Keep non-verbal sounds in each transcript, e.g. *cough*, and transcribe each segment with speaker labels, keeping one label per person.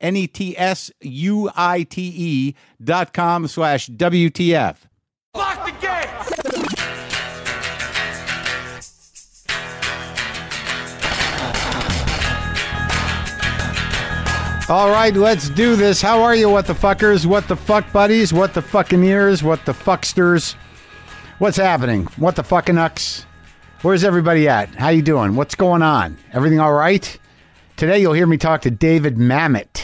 Speaker 1: N E T S U I T E dot com slash WTF.
Speaker 2: Lock the gate!
Speaker 1: All right, let's do this. How are you, what the fuckers? What the fuck buddies? What the fucking ears? What the fucksters? What's happening? What the fucking ucks? Where's everybody at? How you doing? What's going on? Everything all right? Today you'll hear me talk to David Mamet.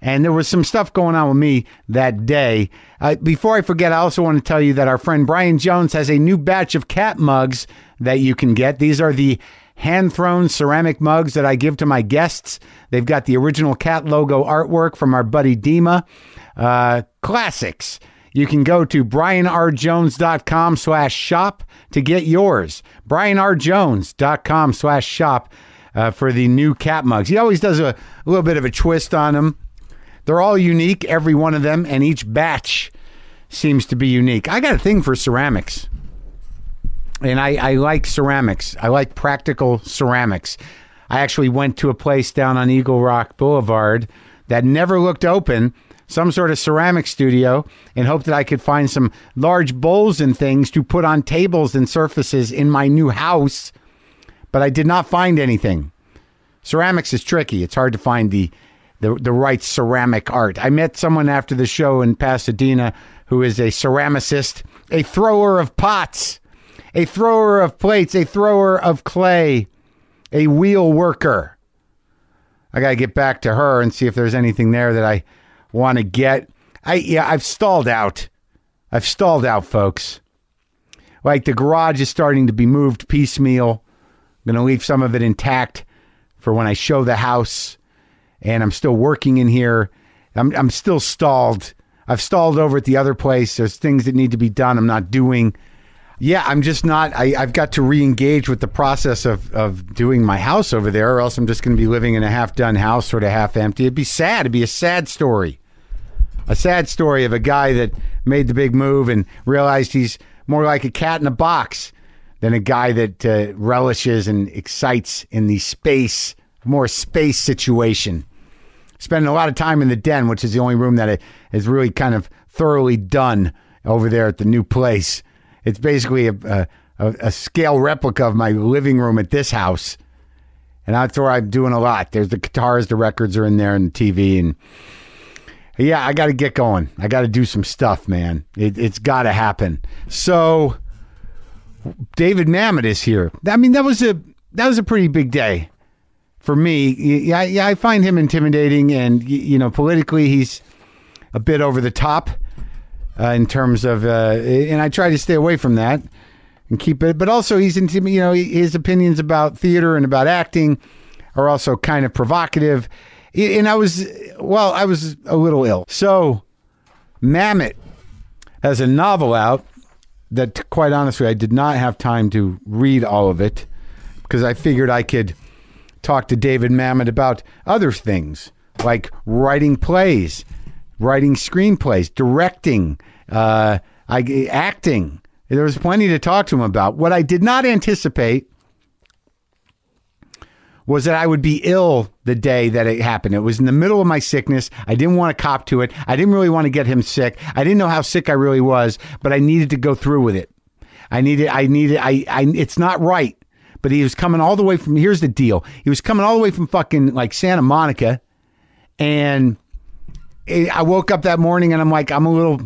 Speaker 1: And there was some stuff going on with me that day. Uh, before I forget, I also want to tell you that our friend Brian Jones has a new batch of cat mugs that you can get. These are the hand thrown ceramic mugs that I give to my guests. They've got the original cat logo artwork from our buddy Dima. Uh, classics. You can go to brianrjones.com slash shop to get yours. brianrjones.com slash shop uh, for the new cat mugs. He always does a, a little bit of a twist on them. They're all unique, every one of them, and each batch seems to be unique. I got a thing for ceramics and I, I like ceramics. I like practical ceramics. I actually went to a place down on Eagle Rock Boulevard that never looked open, some sort of ceramic studio, and hoped that I could find some large bowls and things to put on tables and surfaces in my new house. But I did not find anything. Ceramics is tricky. It's hard to find the the, the right ceramic art. I met someone after the show in Pasadena who is a ceramicist, a thrower of pots a thrower of plates, a thrower of clay, a wheel worker. I got to get back to her and see if there's anything there that I want to get. I yeah, I've stalled out. I've stalled out, folks. Like the garage is starting to be moved piecemeal. I'm going to leave some of it intact for when I show the house and I'm still working in here. I'm I'm still stalled. I've stalled over at the other place. There's things that need to be done I'm not doing yeah, I'm just not. I, I've got to re-engage with the process of of doing my house over there, or else I'm just going to be living in a half-done house, sort of half-empty. It'd be sad. It'd be a sad story, a sad story of a guy that made the big move and realized he's more like a cat in a box than a guy that uh, relishes and excites in the space, more space situation spending a lot of time in the den, which is the only room that it is really kind of thoroughly done over there at the new place. It's basically a, a, a a scale replica of my living room at this house. And that's where I'm doing a lot. There's the guitars, the records are in there, and the TV. And yeah, I got to get going. I got to do some stuff, man. It, it's got to happen. So David Mamet is here. I mean, that was a that was a pretty big day for me, yeah, yeah, I find him intimidating, and y- you know, politically, he's a bit over the top uh, in terms of, uh, and I try to stay away from that and keep it. But also, he's intimi- you know, his opinions about theater and about acting are also kind of provocative. Y- And I was, well, I was a little ill. So, Mamet has a novel out that, quite honestly, I did not have time to read all of it because I figured I could talk to David Mamet about other things like writing plays, writing screenplays, directing, uh, I, acting. There was plenty to talk to him about. What I did not anticipate was that I would be ill the day that it happened. It was in the middle of my sickness. I didn't want to cop to it. I didn't really want to get him sick. I didn't know how sick I really was, but I needed to go through with it. I needed, I needed, I, I, it's not right. But he was coming all the way from, here's the deal. He was coming all the way from fucking like Santa Monica. And it, I woke up that morning and I'm like, I'm a little,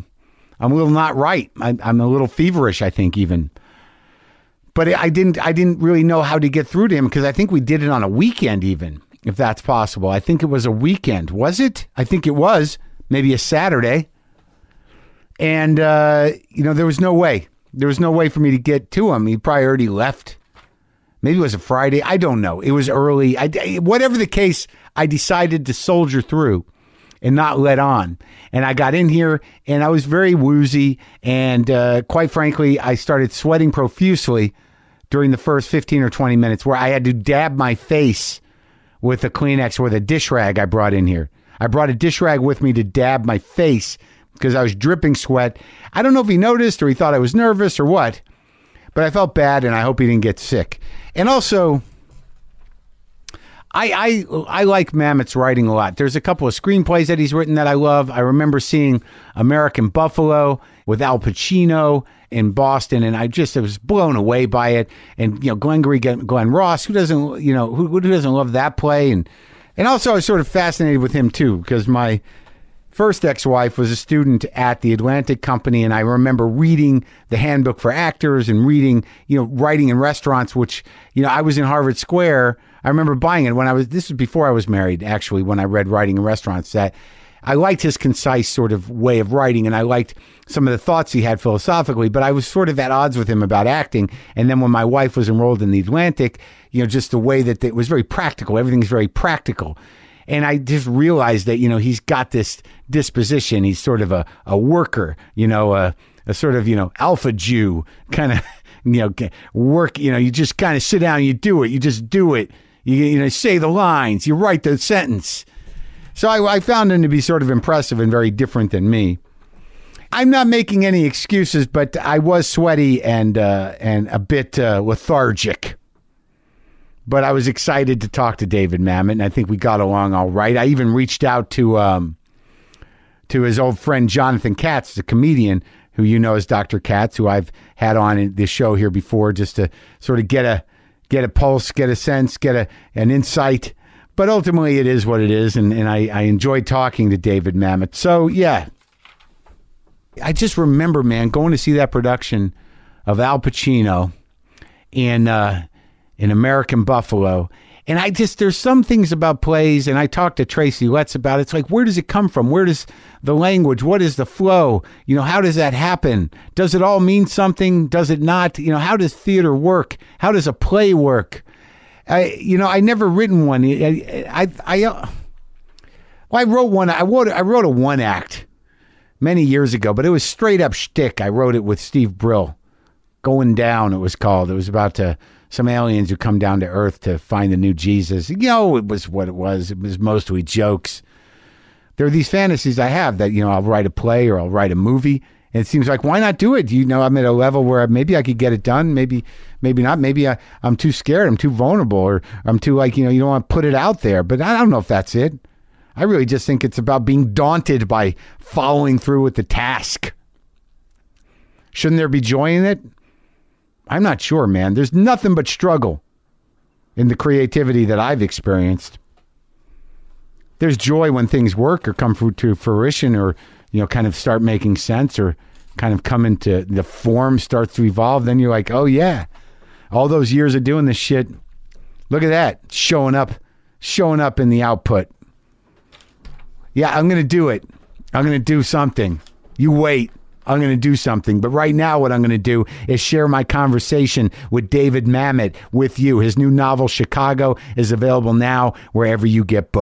Speaker 1: I'm a little not right. I'm, I'm a little feverish, I think, even. But I didn't. I didn't really know how to get through to him because I think we did it on a weekend, even if that's possible. I think it was a weekend. Was it? I think it was. Maybe a Saturday. And uh, you know, there was no way. There was no way for me to get to him. He probably already left. Maybe it was a Friday. I don't know. It was early. I, whatever the case, I decided to soldier through and not let on. And I got in here and I was very woozy. And uh, quite frankly, I started sweating profusely during the first 15 or 20 minutes where I had to dab my face with a Kleenex or the dish rag I brought in here. I brought a dish rag with me to dab my face because I was dripping sweat. I don't know if he noticed or he thought I was nervous or what, but I felt bad and I hope he didn't get sick. And also, I, I I like Mamet's writing a lot. There's a couple of screenplays that he's written that I love. I remember seeing American Buffalo with Al Pacino in Boston, and I just was blown away by it. And you know, Glengarry Glen Glenn Ross, who doesn't you know who, who doesn't love that play? And and also I was sort of fascinated with him too because my first ex-wife was a student at the Atlantic Company, and I remember reading the handbook for actors and reading, you know, writing in restaurants. Which you know, I was in Harvard Square. I remember buying it when I was. This was before I was married, actually. When I read writing in restaurants, that I liked his concise sort of way of writing, and I liked some of the thoughts he had philosophically. But I was sort of at odds with him about acting. And then when my wife was enrolled in the Atlantic, you know, just the way that it was very practical. Everything's very practical. And I just realized that, you know, he's got this disposition. He's sort of a, a worker, you know, a, a sort of, you know, alpha Jew kind of, *laughs* you know, g- work, you know, you just kind of sit down, you do it, you just do it. You, you know, say the lines, you write the sentence. So I, I found him to be sort of impressive and very different than me. I'm not making any excuses, but I was sweaty and uh, and a bit uh, lethargic but I was excited to talk to David Mamet, and I think we got along all right. I even reached out to um, to his old friend Jonathan Katz, the comedian who you know as Dr. Katz, who I've had on in this show here before, just to sort of get a get a pulse, get a sense, get a an insight. But ultimately, it is what it is, and, and I, I enjoyed talking to David Mamet. So yeah, I just remember, man, going to see that production of Al Pacino in uh, in American Buffalo. And I just there's some things about plays, and I talked to Tracy Letts about it. It's like where does it come from? Where does the language? What is the flow? You know, how does that happen? Does it all mean something? Does it not? You know, how does theater work? How does a play work? I, you know, I never written one. I, I, I, uh, well, I wrote one. I wrote, I wrote a one act many years ago, but it was straight up shtick. I wrote it with Steve Brill. Going Down, it was called. It was about to some aliens who come down to Earth to find the new Jesus. You know, it was what it was. It was mostly jokes. There are these fantasies I have that, you know, I'll write a play or I'll write a movie. And it seems like, why not do it? You know, I'm at a level where maybe I could get it done. Maybe, maybe not. Maybe I, I'm too scared. I'm too vulnerable or I'm too like, you know, you don't want to put it out there. But I don't know if that's it. I really just think it's about being daunted by following through with the task. Shouldn't there be joy in it? I'm not sure, man. There's nothing but struggle in the creativity that I've experienced. There's joy when things work or come fru- to fruition or, you know, kind of start making sense or kind of come into the form starts to evolve. Then you're like, oh, yeah, all those years of doing this shit. Look at that showing up, showing up in the output. Yeah, I'm going to do it. I'm going to do something. You wait. I'm going to do something. But right now, what I'm going to do is share my conversation with David Mamet with you. His new novel, Chicago, is available now wherever you get books.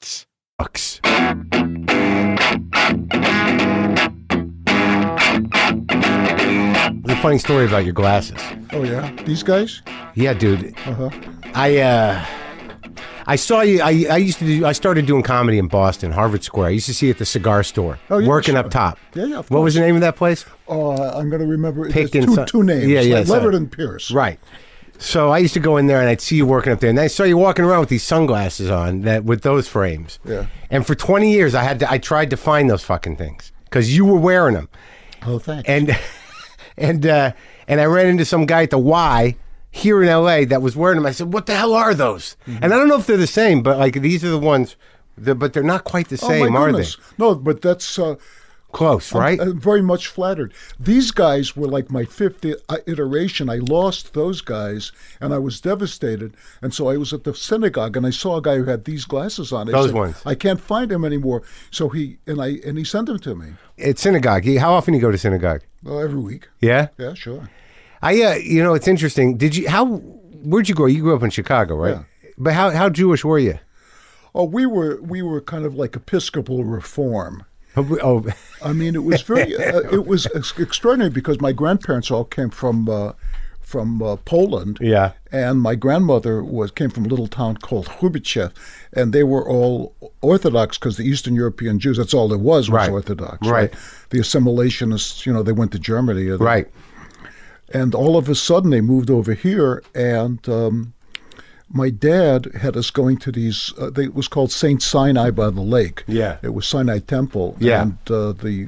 Speaker 3: Fox. The funny story about your glasses.
Speaker 4: Oh yeah, these guys.
Speaker 3: Yeah, dude.
Speaker 4: Uh huh.
Speaker 3: I uh I saw you I, I used to do I started doing comedy in Boston, Harvard Square. I used to see you at the cigar store.
Speaker 4: Oh, yeah,
Speaker 3: working
Speaker 4: sure.
Speaker 3: up top.
Speaker 4: Yeah, yeah, of
Speaker 3: What was the
Speaker 4: course.
Speaker 3: name of that place?
Speaker 4: Oh, I- I'm gonna remember. it.
Speaker 3: Pick
Speaker 4: There's
Speaker 3: and
Speaker 4: two,
Speaker 3: son-
Speaker 4: two names.
Speaker 3: Yeah, yeah,
Speaker 4: Like
Speaker 3: son.
Speaker 4: Leverett and Pierce.
Speaker 3: Right. So I used to go in there and I'd see you working up there, and I saw you walking around with these sunglasses on that with those frames.
Speaker 4: Yeah.
Speaker 3: And for twenty years, I had to I tried to find those fucking things because you were wearing them,
Speaker 4: Oh, thanks.
Speaker 3: and and uh, and I ran into some guy at the Y here in L.A. that was wearing them. I said, "What the hell are those?"
Speaker 4: Mm-hmm.
Speaker 3: And I don't know if they're the same, but like these are the ones, that, but they're not quite the
Speaker 4: oh,
Speaker 3: same,
Speaker 4: my
Speaker 3: are they?
Speaker 4: goodness. uh, No, but that's. Uh,
Speaker 3: Close,
Speaker 4: I'm-
Speaker 3: right?
Speaker 4: I'm, very much flattered. These guys were like my fifth i- uh, iteration. I lost those guys, and I was devastated. And so I was at the synagogue, and I saw a guy who had these glasses on. I
Speaker 3: Those
Speaker 4: said,
Speaker 3: ones.
Speaker 4: I can't find him anymore. So he and I and he sent them to me
Speaker 3: At synagogue. You- How often you go to synagogue?
Speaker 4: well, every week.
Speaker 3: Yeah.
Speaker 4: Yeah, sure.
Speaker 3: I, uh, you know, it's interesting. Did you how? Where'd you grow? You grew up in Chicago, right? But how how Jewish were you?
Speaker 4: Oh, we were we were kind of like Episcopal Reform.
Speaker 3: Oh, *laughs*
Speaker 4: I mean, it was very uh, it was ex- extraordinary because my grandparents all came from uh, from uh, Poland.
Speaker 3: Yeah.
Speaker 4: and my grandmother was came from a little town called Hrubichev, and they were all Orthodox because the Eastern European Jews that's all there was was
Speaker 3: Right.
Speaker 4: Orthodox.
Speaker 3: Right.
Speaker 4: the assimilationists, you know, they went to Germany. or they-
Speaker 3: right.
Speaker 4: and all of a sudden they moved over here and um, my dad had us going to these uh, they, it was called saint sinai by the lake
Speaker 3: Yeah.
Speaker 4: it was sinai temple
Speaker 3: Yeah.
Speaker 4: and uh, the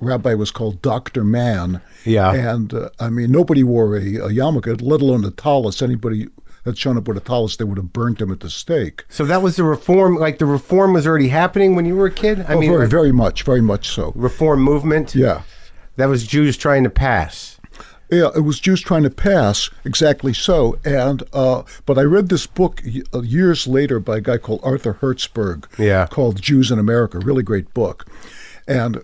Speaker 4: rabbi was called dr man
Speaker 3: Yeah.
Speaker 4: and uh, i mean nobody wore a, a yarmulke let alone a tallis anybody had shown up with a tallis they would have burnt him at the stake
Speaker 3: So that was the reform. Like the reform was already happening when you were a kid. I
Speaker 4: oh,
Speaker 3: mean,
Speaker 4: very
Speaker 3: like,
Speaker 4: very much very much so
Speaker 3: reform movement.
Speaker 4: yeah
Speaker 3: that was Jews trying to pass.
Speaker 4: Yeah, it was Jews trying to pass exactly so. And uh, but I read this book y- uh, years later by a guy called Arthur Hertzberg.
Speaker 3: Yeah.
Speaker 4: called Jews in America, really great book. And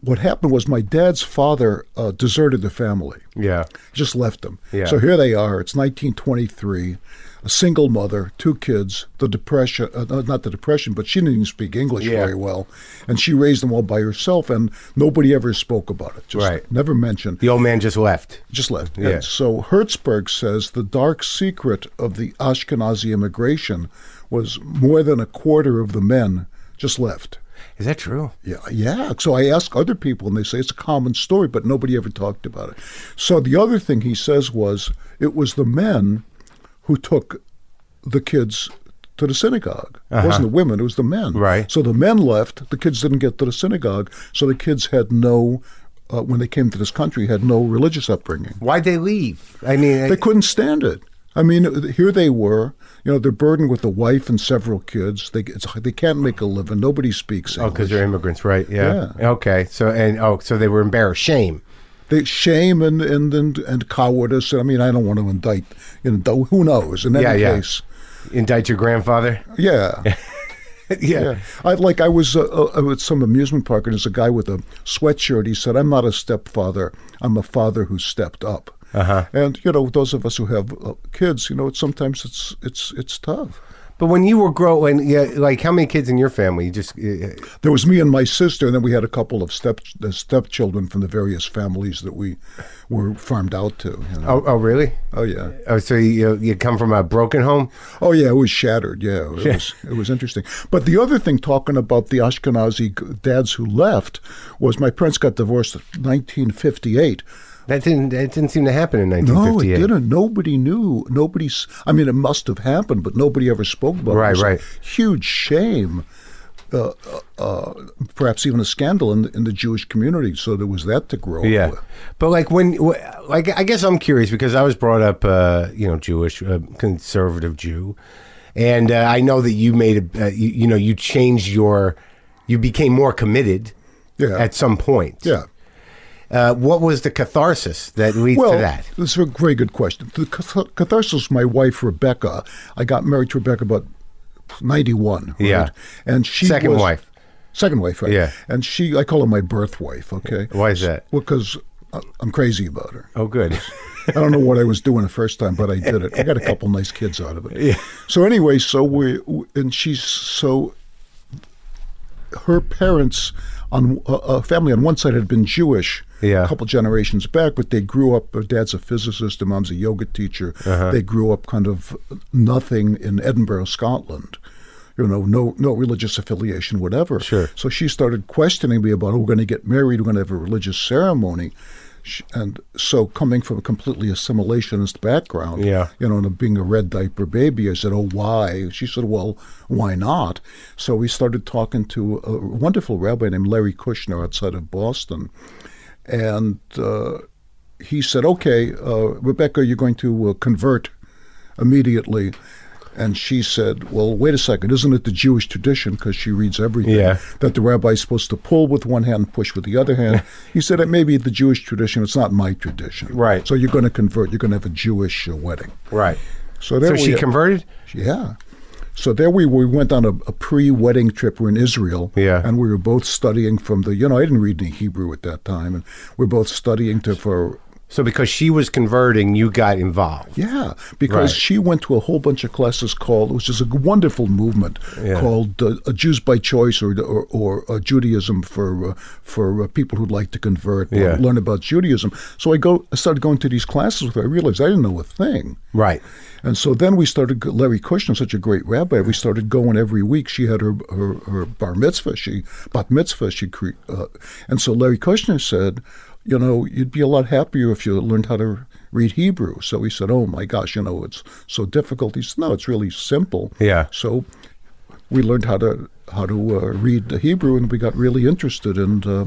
Speaker 4: what happened was my dad's father uh, deserted the family,
Speaker 3: Yeah.
Speaker 4: just left them.
Speaker 3: Yeah.
Speaker 4: So here they are. It's 1923. A single mother, two kids, the depression, uh, no, not the depression, but she didn't even speak English
Speaker 3: Yeah.
Speaker 4: very well. And she raised them all by herself, and nobody ever spoke about it. Just
Speaker 3: Right.
Speaker 4: never mentioned
Speaker 3: The old man just left.
Speaker 4: just left.
Speaker 3: Yeah.
Speaker 4: And so Hertzberg says the dark secret of the Ashkenazi immigration was more than a quarter of the men just left.
Speaker 3: Is that true?
Speaker 4: Yeah, yeah. So I ask other people, and they say it's a common story, but nobody ever talked about it. So the other thing he says was it was the men who took the kids to the synagogue. It wasn't the women; it was the men.
Speaker 3: Uh-huh. Right.
Speaker 4: So the men left. The kids didn't get to the synagogue. So the kids had no, uh, when they came to this country, had no religious upbringing
Speaker 3: Why'd they leave? I mean,
Speaker 4: they couldn't stand it. I mean, here they were. You know, they're burdened with a wife and several kids. They it's, they can't make a living. Nobody speaks
Speaker 3: oh, because
Speaker 4: English.
Speaker 3: they're immigrants, right? Yeah. Okay. So and oh, so they were embarrassed. Shame.
Speaker 4: they shame and and and, and cowardice. I mean, I don't want to indict. You know, though, who knows? In any
Speaker 3: Yeah, yeah.
Speaker 4: case,
Speaker 3: Indict your grandfather. *laughs*
Speaker 4: yeah. *laughs* Yeah, I like. I was uh, uh, at some amusement park, and there's a guy with a sweatshirt. He said, "I'm not a stepfather. I'm a father who stepped up." Uh-huh. And you know, those of us who have uh, kids, you know, it's, sometimes it's it's it's tough.
Speaker 3: But when you were growing, yeah, like how many kids in your family? You just uh,
Speaker 4: There was me and my sister, and then we had a couple of step the stepchildren from the various families that we were farmed out to. you know.
Speaker 3: oh, oh really?
Speaker 4: Oh yeah,
Speaker 3: Oh, so you you come from a broken home?
Speaker 4: oh yeah, it was shattered. Yeah, it
Speaker 3: *laughs*
Speaker 4: was it was interesting. But the other thing, talking about the Ashkenazi g- dads who left, was my parents got divorced in 1958.
Speaker 3: That didn't that didn't seem to happen in
Speaker 4: No, it
Speaker 3: 1958.
Speaker 4: didn't. Nobody knew. Nobody's. I mean, it must have happened, but nobody ever spoke about
Speaker 3: Right,
Speaker 4: it. It was
Speaker 3: right.
Speaker 4: a Huge shame. Uh, uh, uh, perhaps even a scandal in, in the Jewish community. So there was that to grow up
Speaker 3: Yeah,
Speaker 4: with.
Speaker 3: but like when wh- like I guess I'm curious because I was brought up, uh, you know, Jewish, uh, conservative Jew, And uh, I know that you made a, uh, you, you know, you changed your, you became more committed
Speaker 4: Yeah.
Speaker 3: at some point.
Speaker 4: Yeah.
Speaker 3: Uh, what was the catharsis that leads
Speaker 4: Well,
Speaker 3: to
Speaker 4: *laughs*
Speaker 3: that?
Speaker 4: this is a very good question. The cath- catharsis, my wife Rebecca, I got married to Rebecca about ninety-one. right?
Speaker 3: Yeah.
Speaker 4: and she
Speaker 3: Second
Speaker 4: was-
Speaker 3: wife.
Speaker 4: second wife, right?
Speaker 3: Yeah.
Speaker 4: and she, I call her my birth wife. Okay,
Speaker 3: Why is that?
Speaker 4: Because I'm crazy about her.
Speaker 3: Oh, good.
Speaker 4: I don't know what I was doing the first time, but I did it. I got a couple nice kids out of it. Yeah. So anyway, so we and she's so her parents on a a family on one side had been Jewish.
Speaker 3: Yeah.
Speaker 4: A couple generations back, but they grew up. Her dad's a physicist. Her mom's a yoga teacher. They grew up kind of nothing in Edinburgh, Scotland. You know, no no religious affiliation, whatever.
Speaker 3: Sure.
Speaker 4: So she started questioning me about, oh, we're going to get married, we're going to have a religious ceremony. Sh- And so, coming from a completely assimilationist background,
Speaker 3: Yeah.
Speaker 4: you know, and being a red diaper baby, I said, oh, why? She said, well, why not? So we started talking to a wonderful rabbi named Larry Kushner outside of Boston. And uh, he said, okay, uh, Rebecca, you're going to uh, convert immediately. And she said, well, wait a second, isn't it the Jewish tradition, because she reads everything,
Speaker 3: Yeah.
Speaker 4: that the rabbi is supposed to pull with one hand and push with the other
Speaker 3: *laughs*
Speaker 4: hand? he said, it may be the Jewish tradition, it's not my tradition.
Speaker 3: Right.
Speaker 4: So you're going to convert, you're going to have a Jewish uh, wedding.
Speaker 3: *laughs* right.
Speaker 4: So there
Speaker 3: So
Speaker 4: we
Speaker 3: she converted?
Speaker 4: yeah. So there we we went on a, a pre-wedding trip. We're in Israel,
Speaker 3: Yeah.
Speaker 4: and we were both studying from the. You know, I didn't read any Hebrew at that time, and we're both studying to for
Speaker 3: So because she was converting, you got involved.
Speaker 4: yeah, because
Speaker 3: Right.
Speaker 4: she went to a whole bunch of classes called, which is a wonderful movement
Speaker 3: Yeah.
Speaker 4: called uh, uh, Jews by Choice or or, or uh, Judaism for uh, for uh, people who'd like to convert,
Speaker 3: Yeah.
Speaker 4: learn, learn about Judaism. So I go, I started going to these classes with her. I realized I didn't know a thing.
Speaker 3: Right.
Speaker 4: And so then we started. Larry Kushner, such a great rabbi, we started going every week. She had her her, her bar mitzvah, she bat mitzvah, she cre- uh, and so Larry Kushner said, you know, you'd be a lot happier if you learned how to read Hebrew. So he said, oh my gosh, you know, it's so difficult. He said, no, it's really simple.
Speaker 3: Yeah.
Speaker 4: So we learned how to how to uh, read the Hebrew, and we got really interested in. Uh,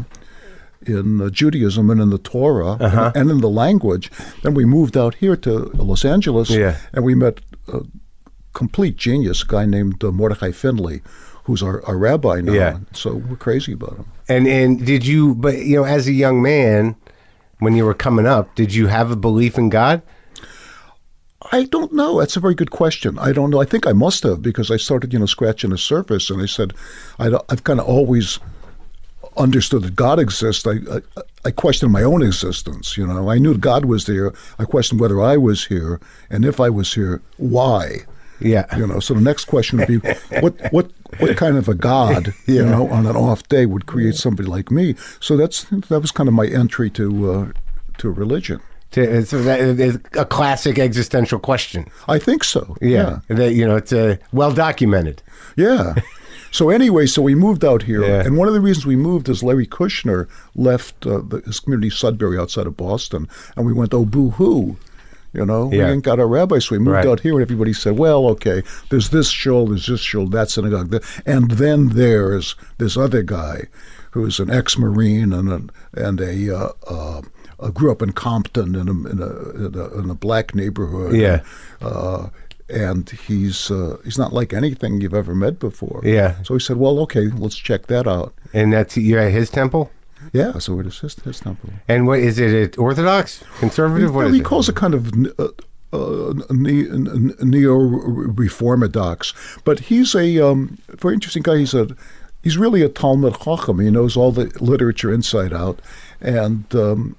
Speaker 4: in uh, Judaism and in the Torah
Speaker 3: Uh-huh.
Speaker 4: and, and in the language. Then we moved out here to Los Angeles,
Speaker 3: Yeah.
Speaker 4: and we met a complete genius a guy named uh, Mordechai Findley, who's our, our rabbi now.
Speaker 3: Yeah.
Speaker 4: So we're crazy about him.
Speaker 3: And and did you but you know, as a young man, when you were coming up, did you have a belief in God?
Speaker 4: I don't know. That's a very good question. I don't know. I think I must have because I started, you know, scratching the surface, and I said, I, don't- I've kind of always understood that God exists. I, I I questioned my own existence. You know, I knew God was there. I questioned whether I was here, and if I was here, why?
Speaker 3: Yeah.
Speaker 4: You know. So the next question would be, what what what kind of a God, you know, on an off day would create somebody like me? So that's that was kind of my entry to uh, to religion.
Speaker 3: To, uh, so that is a classic existential question.
Speaker 4: I think so.
Speaker 3: That you know, it's uh, well documented. *laughs*
Speaker 4: Yeah. So anyway, so we moved out here,
Speaker 3: Yeah.
Speaker 4: and one of the reasons we moved is Larry Kushner left uh, the, his community Sudbury outside of Boston, and we went, oh boo hoo, you know,
Speaker 3: Yeah.
Speaker 4: we ain't got our rabbi, so we moved
Speaker 3: Right.
Speaker 4: out here, and everybody said, well, okay, there's this shul, there's this shul, that synagogue, th- and then there's this other guy who's an ex-marine and an, and a uh, uh, uh, grew up in Compton in a, in a, in a, in a black neighborhood,
Speaker 3: Yeah.
Speaker 4: uh, and he's uh, he's not like anything you've ever met before.
Speaker 3: Yeah.
Speaker 4: So he said, "Well, okay, let's check that out."
Speaker 3: And that's you're at his temple?
Speaker 4: Yeah. So it is his, his temple.
Speaker 3: And what is it? It Orthodox, conservative? What
Speaker 4: No,
Speaker 3: is
Speaker 4: he
Speaker 3: it?
Speaker 4: calls it kind of uh, uh, ne- n- neo-reformadox, but he's a um, very interesting guy. He's a he's really a Talmud Chacham. He knows all the literature inside out, and. Um,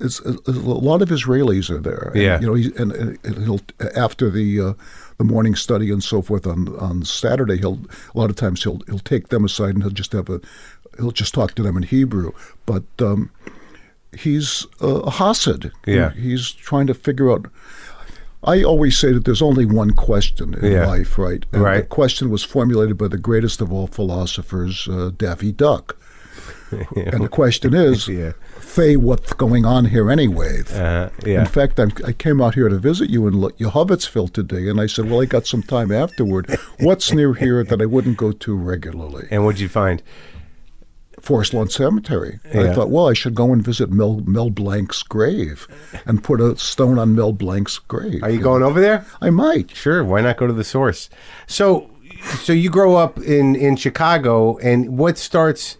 Speaker 4: it's, a a lot of Israelis are there. And,
Speaker 3: Yeah.
Speaker 4: you know, he, and, and he'll after the uh, the morning study and so forth on on Saturday, he'll a lot of times he'll he'll take them aside and he'll just have a he'll just talk to them in Hebrew. But um, he's uh, a Hasid.
Speaker 3: Yeah.
Speaker 4: He- he's trying to figure out. I always say that there's only one question in
Speaker 3: Yeah.
Speaker 4: life, right? And The
Speaker 3: Right.
Speaker 4: question was formulated by the greatest of all philosophers, uh, Daffy Duck. And the question
Speaker 3: *laughs*
Speaker 4: is,
Speaker 3: Yeah.
Speaker 4: Faye, what's going on here anyway?
Speaker 3: Uh, yeah.
Speaker 4: In fact, I'm, I came out here to visit you in Lo- Yehovitsville today, and I said, well, I got some
Speaker 3: *laughs*
Speaker 4: time afterward. What's near here that I wouldn't go to regularly?
Speaker 3: And what'd you find?
Speaker 4: Forest Lawn Cemetery.
Speaker 3: Yeah.
Speaker 4: I thought, well, I should go and visit Mel, Mel Blanc's grave and put a stone on Mel Blanc's grave.
Speaker 3: Are you going over there?
Speaker 4: I might.
Speaker 3: Sure. Why not go to the source? So, so you grow up in in Chicago, and what starts?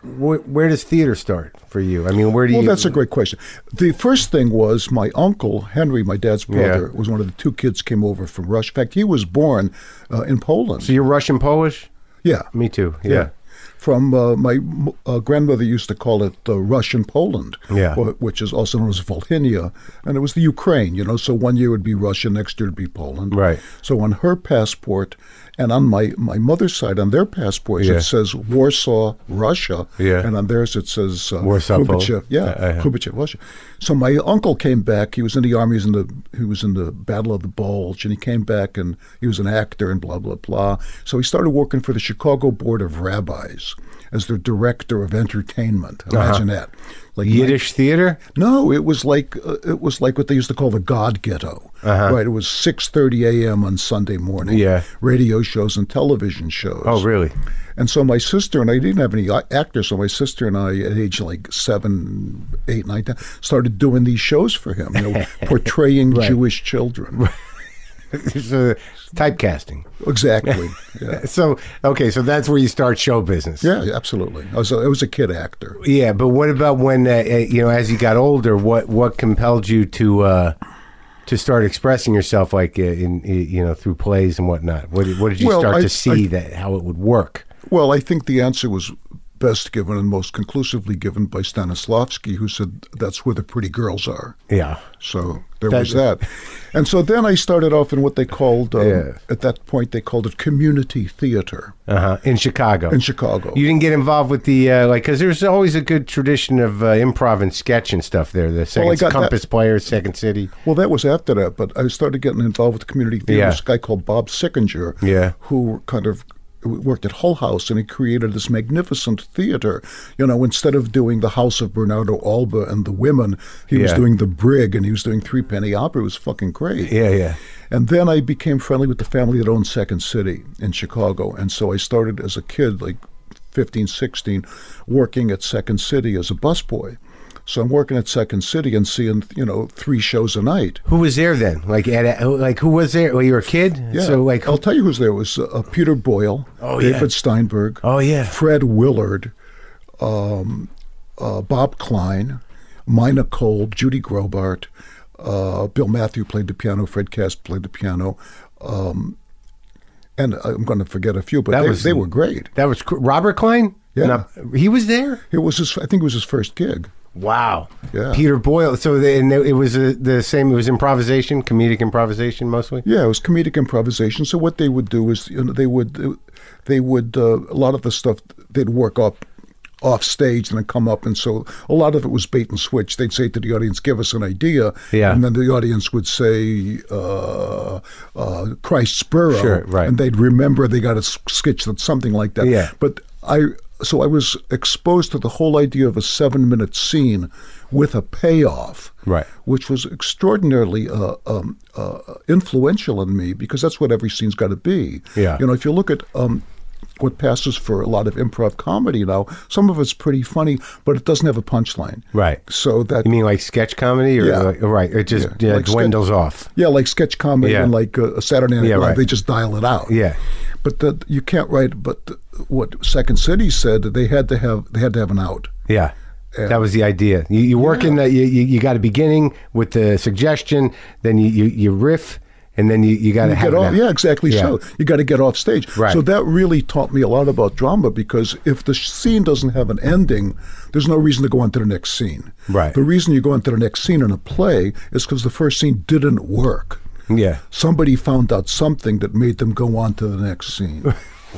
Speaker 3: Wh- where does theater start for you? I mean, where do
Speaker 4: Well,
Speaker 3: you?
Speaker 4: that's a great question. The first thing was my uncle Henry, my dad's brother,
Speaker 3: Yeah.
Speaker 4: was one of the two kids came over from Russia. In fact, he was born uh, in Poland.
Speaker 3: so you're Russian Polish.
Speaker 4: yeah,
Speaker 3: Me too. Yeah.
Speaker 4: From uh, my m- uh, grandmother used to call it uh, Russian Poland,
Speaker 3: Yeah.
Speaker 4: wh- which is also known as Volhynia, and it was the Ukraine. You know, so one year would be Russia, next year would be Poland.
Speaker 3: Right.
Speaker 4: So on her passport, and on my, my mother's side, on their passports,
Speaker 3: Yeah.
Speaker 4: it says Warsaw, Russia,
Speaker 3: Yeah.
Speaker 4: and on theirs it says uh,
Speaker 3: Warsaw, Poland.
Speaker 4: Kubica, yeah,
Speaker 3: Uh-huh.
Speaker 4: Kubica, Russia. So my uncle came back. He was in the army. He was in the he was in the Battle of the Bulge, and he came back and he was an actor and blah blah blah. So he started working for the Chicago Board of Rabbis as their director of entertainment. Imagine that, like
Speaker 3: Uh-huh. Yiddish theater.
Speaker 4: no, it was like uh, it was like what they used to call the God Ghetto, right? It was six thirty a.m. on Sunday morning.
Speaker 3: Uh-huh. Yeah.
Speaker 4: radio shows and television shows.
Speaker 3: Oh, really?
Speaker 4: And so my sister and I didn't have any a- actors, so my sister and I, at age like seven, eight, nine, ten, started doing these shows for him, you
Speaker 3: *laughs*
Speaker 4: know, portraying Jewish children.
Speaker 3: *laughs* so, typecasting. *laughs*
Speaker 4: Exactly. Yeah.
Speaker 3: So, okay, so that's where you start show business.
Speaker 4: yeah, absolutely. I was a, I was a kid actor.
Speaker 3: Yeah, but what about when uh, uh, you know, as you got older, what what compelled you to uh, to start expressing yourself, like uh, in uh, you know through plays and whatnot? What did, what did you
Speaker 4: Well,
Speaker 3: start
Speaker 4: I-
Speaker 3: to see
Speaker 4: I-
Speaker 3: that how it would work?
Speaker 4: Well, I think the answer was best given and most conclusively given by Stanislavski, who said that's where the pretty girls are.
Speaker 3: Yeah,
Speaker 4: So there
Speaker 3: That-
Speaker 4: was that. And so then I started off in what they called, um,
Speaker 3: Yeah.
Speaker 4: at that point, they called it community theater
Speaker 3: uh-huh. in Chicago.
Speaker 4: in Chicago.
Speaker 3: you didn't get involved with the uh, like because there's always a good tradition of uh, improv and sketch and stuff there. The
Speaker 4: Well, I
Speaker 3: second
Speaker 4: got
Speaker 3: Compass Players, Second City.
Speaker 4: Well, that was after that, but I started getting involved with the community theater.
Speaker 3: Yeah.
Speaker 4: This guy called Bob Sickinger,
Speaker 3: Yeah.
Speaker 4: who kind of worked at Hull House, and he created this magnificent theater. You know, instead of doing the House of Bernardo Alba and the women, he was
Speaker 3: Yeah.
Speaker 4: doing the Brig, and he was doing Three Penny Opera. It was fucking great.
Speaker 3: Yeah, yeah.
Speaker 4: And then I became friendly with the family that owned Second City in Chicago, and so I started as a kid, like 15, 16, working at Second City as a busboy. So I'm working at Second City and seeing, you know, three shows a night.
Speaker 3: Who was there then? Like, at, who- like who was there? Well, you were a kid,
Speaker 4: Yeah.
Speaker 3: so like,
Speaker 4: I'll tell you who's there. It was uh, Peter Boyle,
Speaker 3: Oh, yeah.
Speaker 4: David Steinberg,
Speaker 3: Oh, yeah.
Speaker 4: Fred Willard, um, uh, Bob Klein, Mina Cole, Judy Grobart, uh, Bill Matthew played the piano, Fred Cass played the piano, um, and I'm going to forget a few, but
Speaker 3: That
Speaker 4: they,
Speaker 3: was-
Speaker 4: they were great.
Speaker 3: that was Cr- Robert Klein. uh,
Speaker 4: Yeah.
Speaker 3: he was there.
Speaker 4: It was his, I think it was his first gig.
Speaker 3: Wow.
Speaker 4: Yeah.
Speaker 3: Peter Boyle. So they, and it was uh the same. It was improvisation, comedic improvisation mostly.
Speaker 4: Yeah, it was comedic improvisation. So what they would do is you know, they would they would uh, a lot of the stuff they'd work up off stage and then come up and so a lot of it was bait and switch they'd say to the audience give us an idea
Speaker 3: Yeah.
Speaker 4: and then the audience would say uh, uh, christ sparrow
Speaker 3: Sure, right.
Speaker 4: and they'd remember they got a s- sketch that something like that
Speaker 3: Yeah.
Speaker 4: but i so i was exposed to the whole idea of a seven minute scene with a payoff
Speaker 3: Right.
Speaker 4: which was extraordinarily uh, um, uh, influential in me because that's what every scene's got to be.
Speaker 3: Yeah.
Speaker 4: You know, if you look at um, what passes for a lot of improv comedy now, some of it's pretty funny, but it doesn't have a punchline.
Speaker 3: Right.
Speaker 4: So that
Speaker 3: You mean like sketch comedy, or
Speaker 4: Yeah.
Speaker 3: like, right? It just
Speaker 4: Yeah,
Speaker 3: yeah,
Speaker 4: like sketch-
Speaker 3: dwindles off.
Speaker 4: yeah, like sketch comedy
Speaker 3: Yeah.
Speaker 4: and like uh, Saturday Night
Speaker 3: Yeah,
Speaker 4: Live,
Speaker 3: right.
Speaker 4: they just dial it out.
Speaker 3: Yeah.
Speaker 4: But the, you can't write. But the, what Second City said, they had to have they had to have an out.
Speaker 3: Yeah. That was the idea. You, you work in that. You, you, you got a beginning with the suggestion, then you, you, you riff, and then you, you got to
Speaker 4: You
Speaker 3: have
Speaker 4: get off,
Speaker 3: that.
Speaker 4: yeah, exactly.
Speaker 3: Yeah.
Speaker 4: So you got to get off stage.
Speaker 3: Right.
Speaker 4: So that really taught me a lot about drama because if the sh- scene doesn't have an ending, there's no reason to go on to the next scene.
Speaker 3: Right.
Speaker 4: The reason you go on to the next scene in a play is because the first scene didn't work.
Speaker 3: Yeah.
Speaker 4: Somebody found out something that made them go on to the
Speaker 3: *laughs*
Speaker 4: next scene.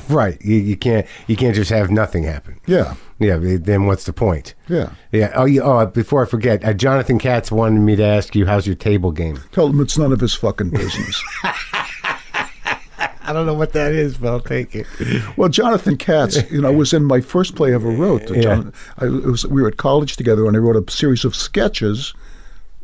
Speaker 3: Right. You, you can't you can't just have nothing happen.
Speaker 4: yeah.
Speaker 3: Yeah, but then what's the point?
Speaker 4: Yeah.
Speaker 3: Yeah. Oh, you, oh before I forget, uh, Jonathan Katz wanted me to ask you, how's your table game?
Speaker 4: Tell them it's none of his fucking business.
Speaker 3: I don't know what that is, but I'll take it.
Speaker 4: Well, Jonathan Katz, you know, was in my first play I ever wrote. Jon- uh, I, it was, we were at college together, and I wrote a series of sketches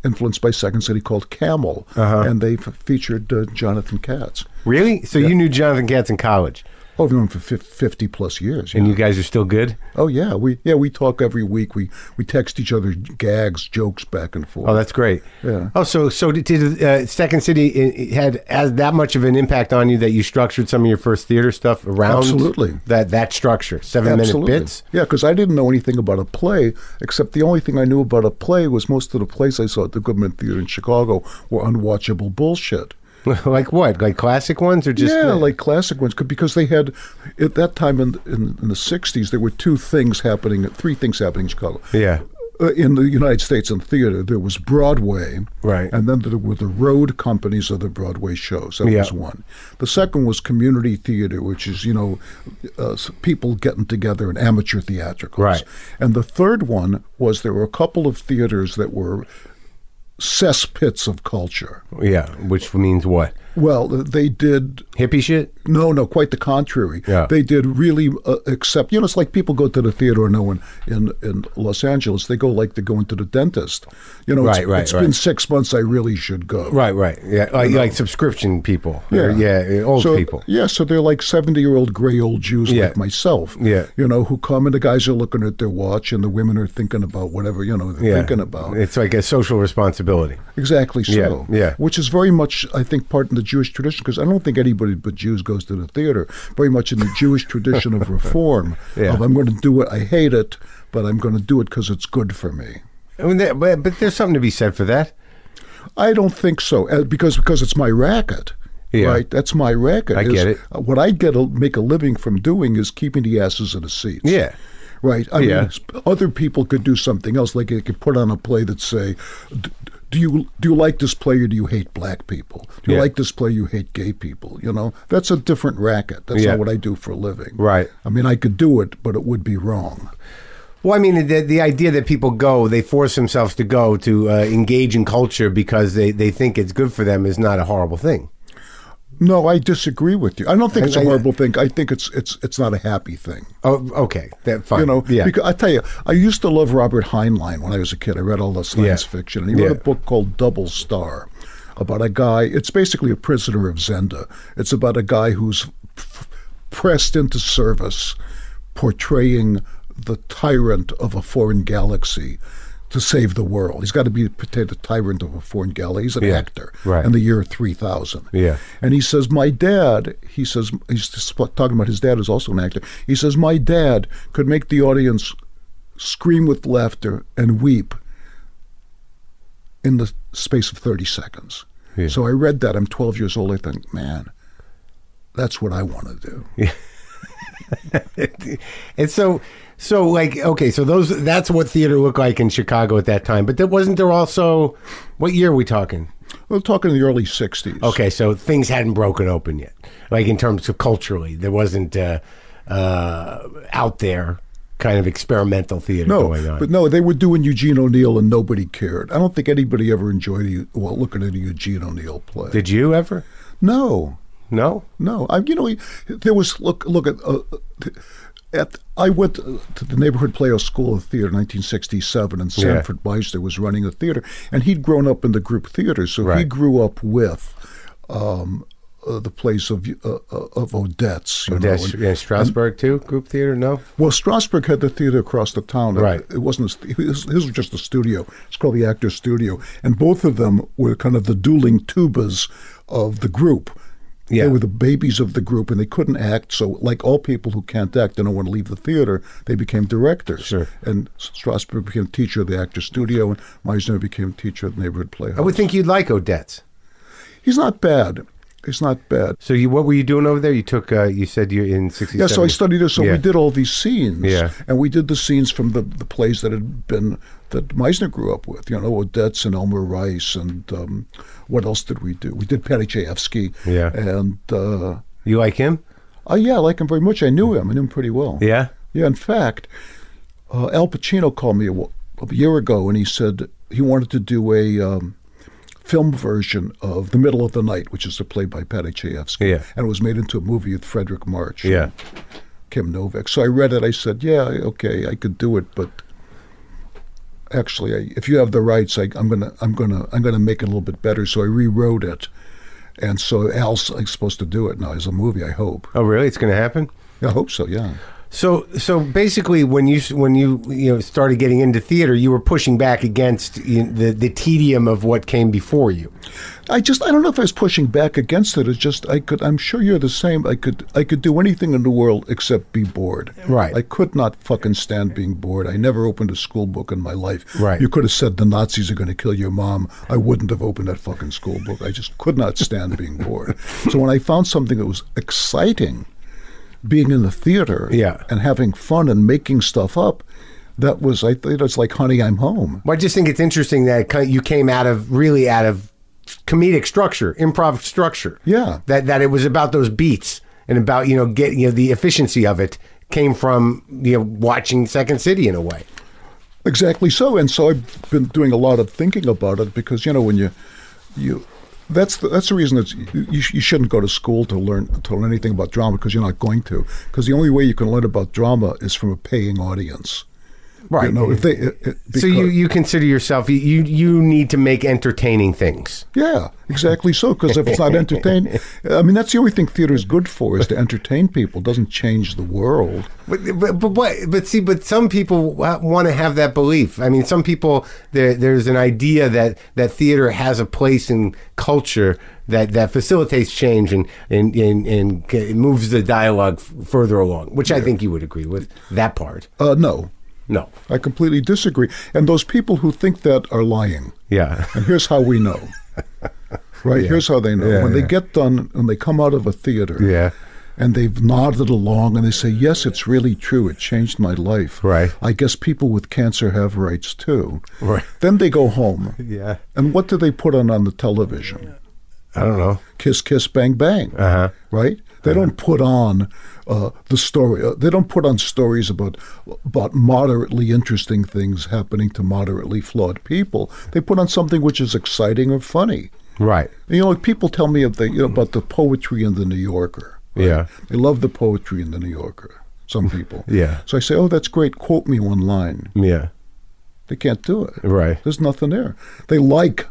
Speaker 4: influenced by Second City called
Speaker 3: Uh-huh.
Speaker 4: Camel, and they f- featured uh, Jonathan Katz.
Speaker 3: Really? So you knew Jonathan Katz in college?
Speaker 4: Oh, we've known for fif- fifty plus years.
Speaker 3: And you guys are still good?
Speaker 4: Oh yeah, we yeah we talk every week. We we text each other gags, jokes back and forth.
Speaker 3: Oh, that's great.
Speaker 4: Yeah.
Speaker 3: Oh, so so did, did uh, Second City it, it had as that much of an impact on you that you structured some of your first theater stuff around
Speaker 4: Absolutely.
Speaker 3: that that structure, seven minute bits. *laughs*
Speaker 4: Yeah, because I didn't know anything about a play, except the only thing I knew about a play was most of the plays I saw at the Goodman Theater in Chicago were unwatchable bullshit.
Speaker 3: like what? Like classic ones or just
Speaker 4: yeah, like classic ones, 'cause- because they had at that time in, in in the '60s there were two things happening, three things happening in Chicago.
Speaker 3: yeah.
Speaker 4: Uh, in the United States in theater, there was Broadway,
Speaker 3: Right.
Speaker 4: and then there were the road companies of the Broadway shows. That
Speaker 3: Yeah.
Speaker 4: was one. The second was community theater, which is you know uh, s- people getting together in amateur theatricals.
Speaker 3: Right.
Speaker 4: And the third one was there were a couple of theaters that were cesspits of culture.
Speaker 3: Yeah, which means what?
Speaker 4: Well, they did
Speaker 3: Hippie shit?
Speaker 4: no, no, quite the contrary.
Speaker 3: Yeah.
Speaker 4: They did really uh, accept. You know, it's like people go to the theater now in, in, in Los Angeles. They go like they're going to the dentist. You know,
Speaker 3: Right,
Speaker 4: it's,
Speaker 3: right,
Speaker 4: it's
Speaker 3: right.
Speaker 4: been six months. I really should go.
Speaker 3: Right, right. Yeah, like, like subscription people. Or, yeah, old
Speaker 4: so,
Speaker 3: people.
Speaker 4: Yeah, so they're like 70 year old gray old Jews
Speaker 3: Yeah.
Speaker 4: like myself,
Speaker 3: Yeah.
Speaker 4: you know, who come and the guys are looking at their watch and the women are thinking about whatever, you know, they're
Speaker 3: Yeah.
Speaker 4: thinking about.
Speaker 3: It's like a social responsibility.
Speaker 4: Exactly
Speaker 3: Yeah,
Speaker 4: so.
Speaker 3: yeah.
Speaker 4: Which is very much, I think, part in the Jewish tradition because I don't think anybody but Jews goes to the theater. Very much in the Jewish tradition
Speaker 3: *laughs*
Speaker 4: of reform.
Speaker 3: Yeah.
Speaker 4: Of I'm going to do it. I hate it, but I'm going to do it because it's good for me.
Speaker 3: I mean, that, but, but there's something to be said for that.
Speaker 4: I don't think so uh, because because it's my racket.
Speaker 3: Yeah.
Speaker 4: Right, that's my racket.
Speaker 3: I
Speaker 4: is-
Speaker 3: get it.
Speaker 4: uh, What I get a, make a living from doing is keeping the asses in the seats.
Speaker 3: Yeah.
Speaker 4: Right. I
Speaker 3: Yeah.
Speaker 4: mean, sp- other people could do something else. Like they could put on a play that say, "D- "Do you do you like this play or do you hate black people? Do you
Speaker 3: Yeah.
Speaker 4: like this play? You hate gay people? You know, that's a different racket. That's
Speaker 3: Yeah.
Speaker 4: not what I do for a living.
Speaker 3: Right.
Speaker 4: I mean, I could do it, but it would be wrong.
Speaker 3: Well, I mean, the, the idea that people go, they force themselves to go to uh, engage in culture because they, they think it's good for them is not a horrible thing.
Speaker 4: No, I disagree with you. I don't think it's
Speaker 3: I-
Speaker 4: a
Speaker 3: I-
Speaker 4: horrible thing. I think it's it's it's not a happy thing.
Speaker 3: Oh, okay. That, fine.
Speaker 4: You know,
Speaker 3: yeah.
Speaker 4: because I tell you, I used to love Robert Heinlein when I was a kid. I read all the science
Speaker 3: Yeah.
Speaker 4: fiction, and he wrote
Speaker 3: Yeah.
Speaker 4: a book called Double Star about a guy. It's basically a prisoner of Zenda. It's about a guy who's f- pressed into service, portraying the tyrant of a foreign galaxy. To save the world, he's got to be portrayed the tyrant of a foreign galaxy. He's an
Speaker 3: Yeah.
Speaker 4: actor
Speaker 3: Right.
Speaker 4: in the year three thousand.
Speaker 3: Yeah.
Speaker 4: And he says, My dad, he says, he's just talking about his dad is also an actor. He says, My dad could make the audience scream with laughter and weep in the space of 30 seconds.
Speaker 3: Yeah.
Speaker 4: So I read that. I'm 12 years old. I think, man, that's what I want to do.
Speaker 3: and so, so like, okay, so those, that's what theater looked like in Chicago at that time. But there wasn't there also, what year are we talking?
Speaker 4: We're talking in the early 60s.
Speaker 3: Okay, so things hadn't broken open yet. Like in terms of culturally, there wasn't uh, uh, out there kind of experimental theater
Speaker 4: No,
Speaker 3: going on.
Speaker 4: but no, they were doing Eugene O'Neill and nobody cared. I don't think anybody ever enjoyed a, well, looking at a Eugene O'Neill play.
Speaker 3: Did you ever?
Speaker 4: no,
Speaker 3: No.
Speaker 4: No, I you know he- there was look look at uh, at I went to the neighborhood playhouse school of theater in 1967, and Sanford Beister was running a theater, and he'd grown up in the group theater, so he
Speaker 3: Right.
Speaker 4: grew up with. Um, uh, the place of uh, uh, of Odette's, you know,
Speaker 3: Yes,
Speaker 4: and-
Speaker 3: yeah, Strasbourg
Speaker 4: Mm-hmm.
Speaker 3: too. Group theater. No.
Speaker 4: well, Strasbourg had the theater across the town.
Speaker 3: Right.
Speaker 4: It wasn't. a st- His, his was just a studio. It's called the Actors Studio, and both of them were kind of the dueling tubas of the group.
Speaker 3: Yeah.
Speaker 4: They were the babies of the group, and they couldn't act. So, like all people who can't act and don't want to leave the theater, they became directors.
Speaker 3: Sure.
Speaker 4: And Strasbourg became teacher of the Actors Studio, and Meisner became teacher of the Neighborhood Playhouse.
Speaker 3: I would think you'd like Odette's.
Speaker 4: He's not bad. He's not bad.
Speaker 3: So you, what were you doing over there? You took. Uh, you said you're in sixty.
Speaker 4: Yeah, so I studied it. So
Speaker 3: Yeah.
Speaker 4: we did all these scenes,
Speaker 3: Yeah.
Speaker 4: and we did the scenes from the, the plays that had been that Meisner grew up with. You know, Odette's and Elmer Rice, and um, what else did we do? We did Patty Chayefsky.
Speaker 3: Yeah.
Speaker 4: and uh,
Speaker 3: You like him?
Speaker 4: oh yeah, I like him very much. I knew him. I knew him pretty well.
Speaker 3: Yeah.
Speaker 4: Yeah, in fact, uh, Al Pacino called me a, wh- a year ago and he said he wanted to do a um, film version of The Middle of the Night, which is a play by Patty Chayefsky.
Speaker 3: Yeah.
Speaker 4: And it was made into a movie with Frederick March. and
Speaker 3: Yeah.
Speaker 4: Kim Novak. So I read it. I said, yeah, okay, I could do it, but actually, I, if you have the rights, I, I'm gonna, I'm gonna, I'm gonna make it a little bit better. So I rewrote it, And so Al's like, supposed to do it now as a movie. I hope.
Speaker 3: Oh, really? It's going to happen.
Speaker 4: I hope so. Yeah.
Speaker 3: So, so basically, when you when you you know started getting into theater, you were pushing back against you know, the the tedium of what came before you.
Speaker 4: I just I don't know if I was pushing back against it. It's just I could I'm sure you're the same. I could I could do anything in the world except be bored.
Speaker 3: Right.
Speaker 4: I could not fucking stand being bored. I never opened a school book in my life.
Speaker 3: Right.
Speaker 4: You could have said the Nazis are going to kill your mom. I wouldn't have opened that fucking school book. I just could not stand being
Speaker 3: *laughs*
Speaker 4: bored. So when I found something that was exciting, being in the theater
Speaker 3: Yeah.
Speaker 4: and having fun and making stuff up, that was I think it's like honey I'm home.
Speaker 3: Well, I just think it's interesting that ki- you came out of really out of comedic structure, improv structure.
Speaker 4: Yeah.
Speaker 3: that that it was about those beats and about you know get you know the efficiency of it came from you know watching Second City in a way.
Speaker 4: Exactly so, and so I've been doing a lot of thinking about it because you know when you you that's the, that's the reason it's you, you sh- you shouldn't go to school to learn to learn anything about drama because you're not going to because the only way you can learn about drama is from a paying audience.
Speaker 3: Right.
Speaker 4: You know if they it, it,
Speaker 3: so you
Speaker 4: because-
Speaker 3: you consider yourself you you- you need to make entertaining things.
Speaker 4: Yeah, exactly so. Because if it's not entertained, I mean, that's the only thing theater is good for is to entertain people. It doesn't change the world.
Speaker 3: But but but what, but see but some people want to have that belief. I mean, some people there there's an idea that that theater has a place in culture that that facilitates change and and and, and g- moves the dialogue f- further along, which I think you would agree with that part.
Speaker 4: Uh, no,
Speaker 3: No.
Speaker 4: I completely disagree. And those people who think that are lying.
Speaker 3: Yeah.
Speaker 4: And here's how we
Speaker 3: *laughs*
Speaker 4: know. Right? Here's how they know.
Speaker 3: Yeah,
Speaker 4: when
Speaker 3: yeah.
Speaker 4: they get done and they come out of a theater
Speaker 3: Yeah.
Speaker 4: and they've nodded along and they say, Yes, it's really true. It changed my life.
Speaker 3: Right.
Speaker 4: I guess people with cancer have rights too.
Speaker 3: Right.
Speaker 4: Then they go home.
Speaker 3: *laughs* Yeah.
Speaker 4: And what do they put on on the television?
Speaker 3: I don't know.
Speaker 4: Kiss, kiss, bang, bang.
Speaker 3: Uh-huh.
Speaker 4: Right? They don't put on uh, the story. Uh, they don't put on stories about about moderately interesting things happening to moderately flawed people. They put on something which is exciting or funny.
Speaker 3: Right.
Speaker 4: You know, people tell me of the, you know, about the poetry in the New Yorker.
Speaker 3: Yeah.
Speaker 4: They love the poetry in the New Yorker. Some people.
Speaker 3: *laughs* Yeah.
Speaker 4: So I say, oh, that's great. Quote me one line.
Speaker 3: Yeah.
Speaker 4: They can't do it.
Speaker 3: Right.
Speaker 4: There's nothing there. They like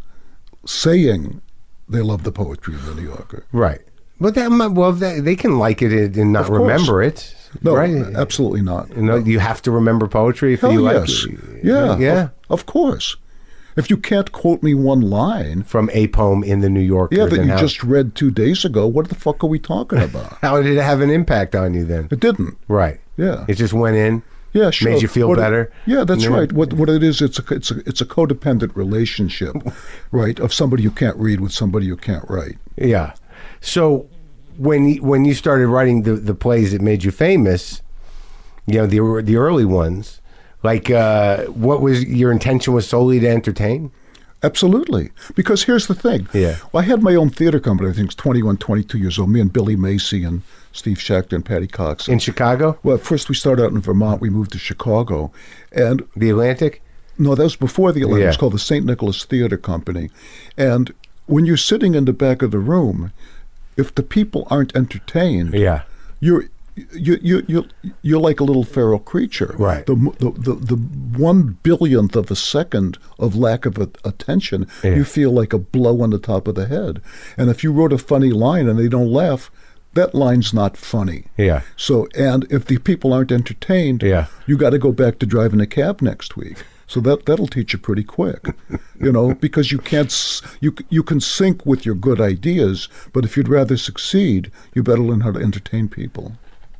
Speaker 4: saying they love the poetry in the New Yorker.
Speaker 3: Right. But that mu- well that, they can like it and and not
Speaker 4: Of course.
Speaker 3: remember it.
Speaker 4: No,
Speaker 3: right.
Speaker 4: absolutely not.
Speaker 3: You know, you have to remember poetry if
Speaker 4: Hell
Speaker 3: you like
Speaker 4: yes.
Speaker 3: it.
Speaker 4: Yeah.
Speaker 3: Yeah.
Speaker 4: Of, of course. If you can't quote me one line,
Speaker 3: From a poem in the New Yorker.
Speaker 4: yeah, that
Speaker 3: then
Speaker 4: you
Speaker 3: how,
Speaker 4: just read two days ago, what the fuck are
Speaker 3: *laughs*
Speaker 4: we talking about?
Speaker 3: How did it have an impact on you then?
Speaker 4: it didn't.
Speaker 3: Right.
Speaker 4: Yeah.
Speaker 3: It just went in.
Speaker 4: Yeah, sure.
Speaker 3: Made you feel
Speaker 4: What it-
Speaker 3: better.
Speaker 4: yeah, that's
Speaker 3: And then-
Speaker 4: right. What what it is, it's a it's a it's a codependent
Speaker 3: *laughs*
Speaker 4: relationship, right? Of somebody who can't read with somebody who can't write.
Speaker 3: Yeah. So when y- when you started writing the the plays that made you famous, you know the ear- the early ones, like uh, what was your intention was solely to entertain?
Speaker 4: Absolutely. Because here's the thing.
Speaker 3: Yeah.
Speaker 4: Well, I had my own theater company, I think it's 21, 22 years old, me and Billy Macy and Steve Schechter and Patty Cox.
Speaker 3: In Chicago,
Speaker 4: well, first we started out in Vermont, we moved to Chicago. And
Speaker 3: the Atlantic.
Speaker 4: no, that was before the Atlantic. It was
Speaker 3: Yeah.
Speaker 4: called the St. Nicholas Theater Company. And when you're sitting in the back of the room, if the people aren't entertained, you're you you you you're like a little feral creature.
Speaker 3: Right.
Speaker 4: The mo- the the, the one billionth of a second of lack of a, attention,
Speaker 3: Yeah.
Speaker 4: you feel like a blow on the top of the head. And if you wrote a funny line and they don't laugh, that line's not funny.
Speaker 3: Yeah.
Speaker 4: So and if the people aren't entertained,
Speaker 3: Yeah.
Speaker 4: you got to go back to driving a cab next week. So that that'll teach you pretty quick, you know, because you can't s- you c- you can sink with your good ideas, but if you'd rather succeed, you better learn how to entertain people.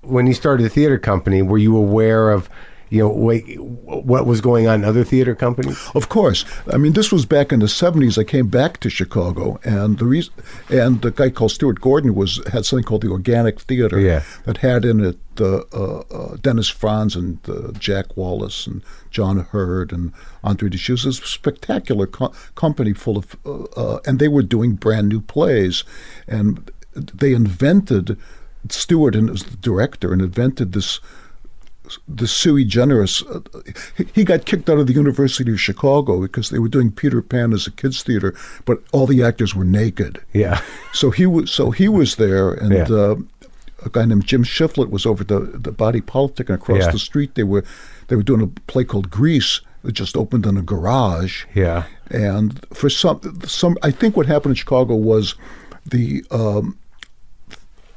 Speaker 3: When you started the theater company, were you aware of you know wait, what was going on in other theater companies?
Speaker 4: Of course, I mean this was back in the '70s. I came back to Chicago, and the reason and the guy called Stuart Gordon was had something called the Organic Theater
Speaker 3: Yeah.
Speaker 4: that had in it uh, uh, uh, Dennis Franz and uh, Jack Wallace and John Hurd and Andre Deshoues. It was a spectacular co- company full of, uh, uh, and they were doing brand new plays, and they invented Stewart and was the director and invented this the sui generis. uh, he- He got kicked out of the University of Chicago because they were doing Peter Pan as a kids theater, but all the actors were naked.
Speaker 3: Yeah.
Speaker 4: So he was so he was there, and
Speaker 3: Yeah.
Speaker 4: uh, a guy named Jim Shiflett was over at the the Body Politic, and across
Speaker 3: Yeah.
Speaker 4: the street they were they were doing a play called Grease that just opened in a garage.
Speaker 3: Yeah.
Speaker 4: And for some, some, I think what happened in Chicago was the um,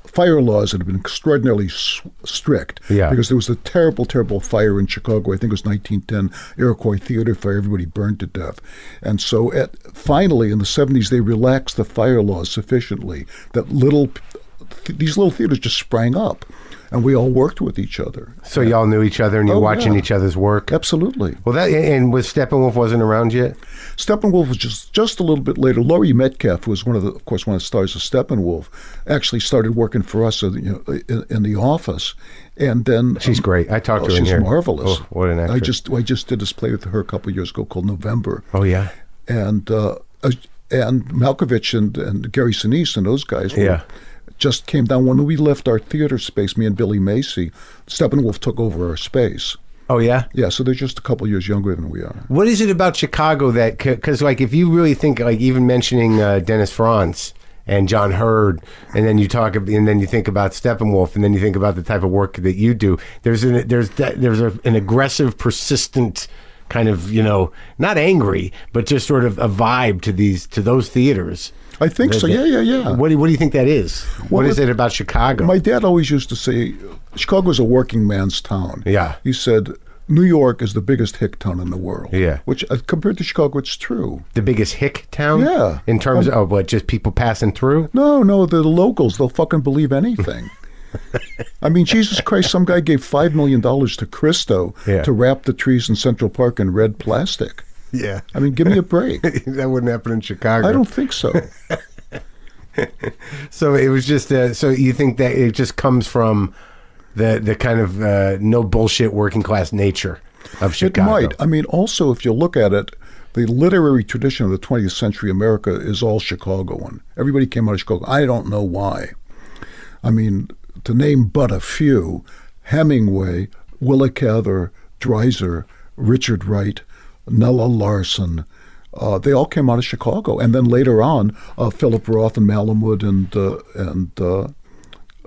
Speaker 4: fire laws that have been extraordinarily s- strict.
Speaker 3: Yeah.
Speaker 4: Because there was a terrible, terrible fire in Chicago. I think it was 1910 Iroquois Theater fire. Everybody burned to death. And so, at, finally, in the 70s, they relaxed the fire laws sufficiently that little th- these little theaters just sprang up, and we all worked with each other.
Speaker 3: So y'all knew each other and you're
Speaker 4: Oh,
Speaker 3: watching
Speaker 4: yeah.
Speaker 3: each other's work.
Speaker 4: Absolutely.
Speaker 3: Well, that and was Steppenwolf wasn't around yet.
Speaker 4: Steppenwolf was just just a little bit later. Laurie Metcalf was one of the, of course, one of the stars of Steppenwolf. Actually, started working for us in, you know, in, in the office, and then
Speaker 3: She's great. I talked
Speaker 4: oh,
Speaker 3: to her in
Speaker 4: She's
Speaker 3: here.
Speaker 4: marvelous.
Speaker 3: Oh, what an
Speaker 4: I
Speaker 3: actress.
Speaker 4: just I just did this play with her a couple of years ago called November.
Speaker 3: Oh yeah.
Speaker 4: and uh, uh, and Malkovich and, and Gary Sinise and those guys. were-
Speaker 3: Yeah.
Speaker 4: Just came down when we left our theater space. Me and Billy Macy, Steppenwolf took over our space.
Speaker 3: Oh yeah.
Speaker 4: Yeah, so they're just a couple of years younger than we are.
Speaker 3: What is it about Chicago that because like if you really think like even mentioning uh, Dennis Franz and John Hurd, and then you talk ab- and then you think about Steppenwolf, and then you think about the type of work that you do. There's an there's that there's a, an aggressive, persistent kind of you know not angry but just sort of a vibe to these to those theaters.
Speaker 4: I think so. Yeah, yeah, yeah.
Speaker 3: What do, what do you think that is? what is it about Chicago?
Speaker 4: My dad always used to say, Chicago's a working man's town.
Speaker 3: Yeah.
Speaker 4: He said, New York is the biggest hick town in the world.
Speaker 3: Yeah.
Speaker 4: Which, uh, compared to Chicago, it's true.
Speaker 3: the biggest hick town?
Speaker 4: Yeah.
Speaker 3: In terms of oh, what just people passing through?
Speaker 4: No, no, the locals, they'll fucking
Speaker 3: *laughs*
Speaker 4: believe anything. I mean, Jesus Christ, some guy gave $5 million to Cristo
Speaker 3: Yeah.
Speaker 4: to wrap the trees in Central Park in red plastic.
Speaker 3: Yeah. *laughs*
Speaker 4: I mean, give me a break.
Speaker 3: that wouldn't happen in Chicago.
Speaker 4: I don't think so.
Speaker 3: So it was just uh, so you think that it just comes from the the kind of uh, no bullshit working class nature of Chicago.
Speaker 4: It might. I mean, also, if you look at it, the literary tradition of the 20th century America is all Chicagoan. Everybody came out of Chicago. I don't know why. I mean, to name but a few Hemingway, Willa Cather, Dreiser, Richard Wright, Nella Larson. Uh, they all came out of Chicago, and then later on, uh, Philip Roth and Malamud and uh, and uh,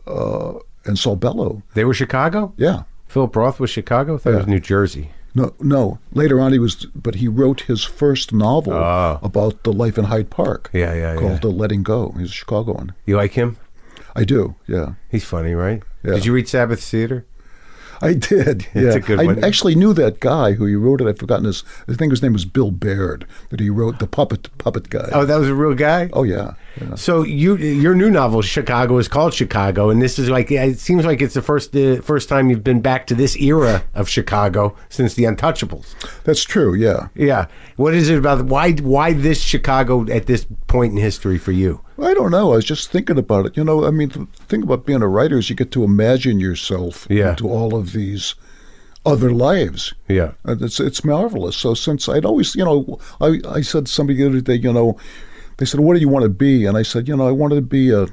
Speaker 4: uh, and Saul Bellow.
Speaker 3: They were Chicago.
Speaker 4: Yeah,
Speaker 3: Philip Roth was Chicago. I thought it was New Jersey.
Speaker 4: No, no. Later on, he was, but he wrote his first novel
Speaker 3: Ah.
Speaker 4: about the life in Hyde Park.
Speaker 3: Yeah, yeah,
Speaker 4: Called
Speaker 3: yeah.
Speaker 4: The Letting Go. He's a Chicagoan.
Speaker 3: You like him?
Speaker 4: I do. Yeah,
Speaker 3: He's funny, right?
Speaker 4: Yeah.
Speaker 3: Did you read Sabbath Theater? *laughs*
Speaker 4: I did. Yeah,
Speaker 3: That's a good
Speaker 4: I
Speaker 3: one.
Speaker 4: actually knew that guy who he wrote it. I've forgotten his. I think his name was Bill Baird. That he wrote the puppet puppet guy.
Speaker 3: Oh, that was a real guy.
Speaker 4: Oh, yeah. yeah.
Speaker 3: So you your new novel Chicago is called Chicago, and this is like it seems like it's the first uh, first time you've been back to this era of Chicago since the Untouchables.
Speaker 4: That's true. Yeah.
Speaker 3: Yeah. What is it about why why this Chicago at this point in history for you? *laughs*
Speaker 4: I don't know. I was just thinking about it. You know, I mean, the thing about being a writer is you get to imagine yourself
Speaker 3: Yeah.
Speaker 4: into all of these other lives.
Speaker 3: Yeah.
Speaker 4: And it's it's marvelous. So since I'd always, you know, I I said to somebody the other day, you know, they said, "What do you want to be?" And I said, you know, I wanted to be a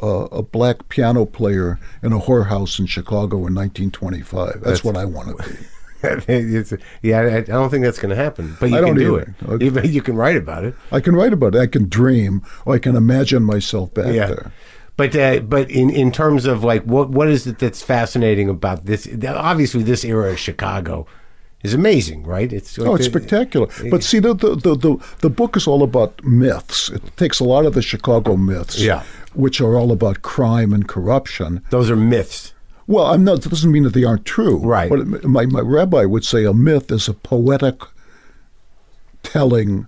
Speaker 4: a, a black piano player in a whorehouse in Chicago in 1925. That's, what I want to be.
Speaker 3: It's- yeah, I, I don't think that's going to happen, but you
Speaker 4: I
Speaker 3: can
Speaker 4: don't
Speaker 3: do
Speaker 4: either.
Speaker 3: it.
Speaker 4: Okay.
Speaker 3: You, you can write about it.
Speaker 4: I can write about it. I can dream. Or I can imagine myself back
Speaker 3: Yeah.
Speaker 4: there.
Speaker 3: But uh, but in, in terms of like what what is it that's fascinating about this? Obviously, this era of Chicago is amazing, right? It's like
Speaker 4: Oh, it's
Speaker 3: the-
Speaker 4: spectacular. But see, the the, the, the the book is all about myths. It takes a lot of the Chicago myths,
Speaker 3: Yeah.
Speaker 4: which are all about crime and corruption,
Speaker 3: Those are myths.
Speaker 4: Well, I'm not. That doesn't mean that they aren't true.
Speaker 3: Right.
Speaker 4: But my, my rabbi would say a myth is a poetic telling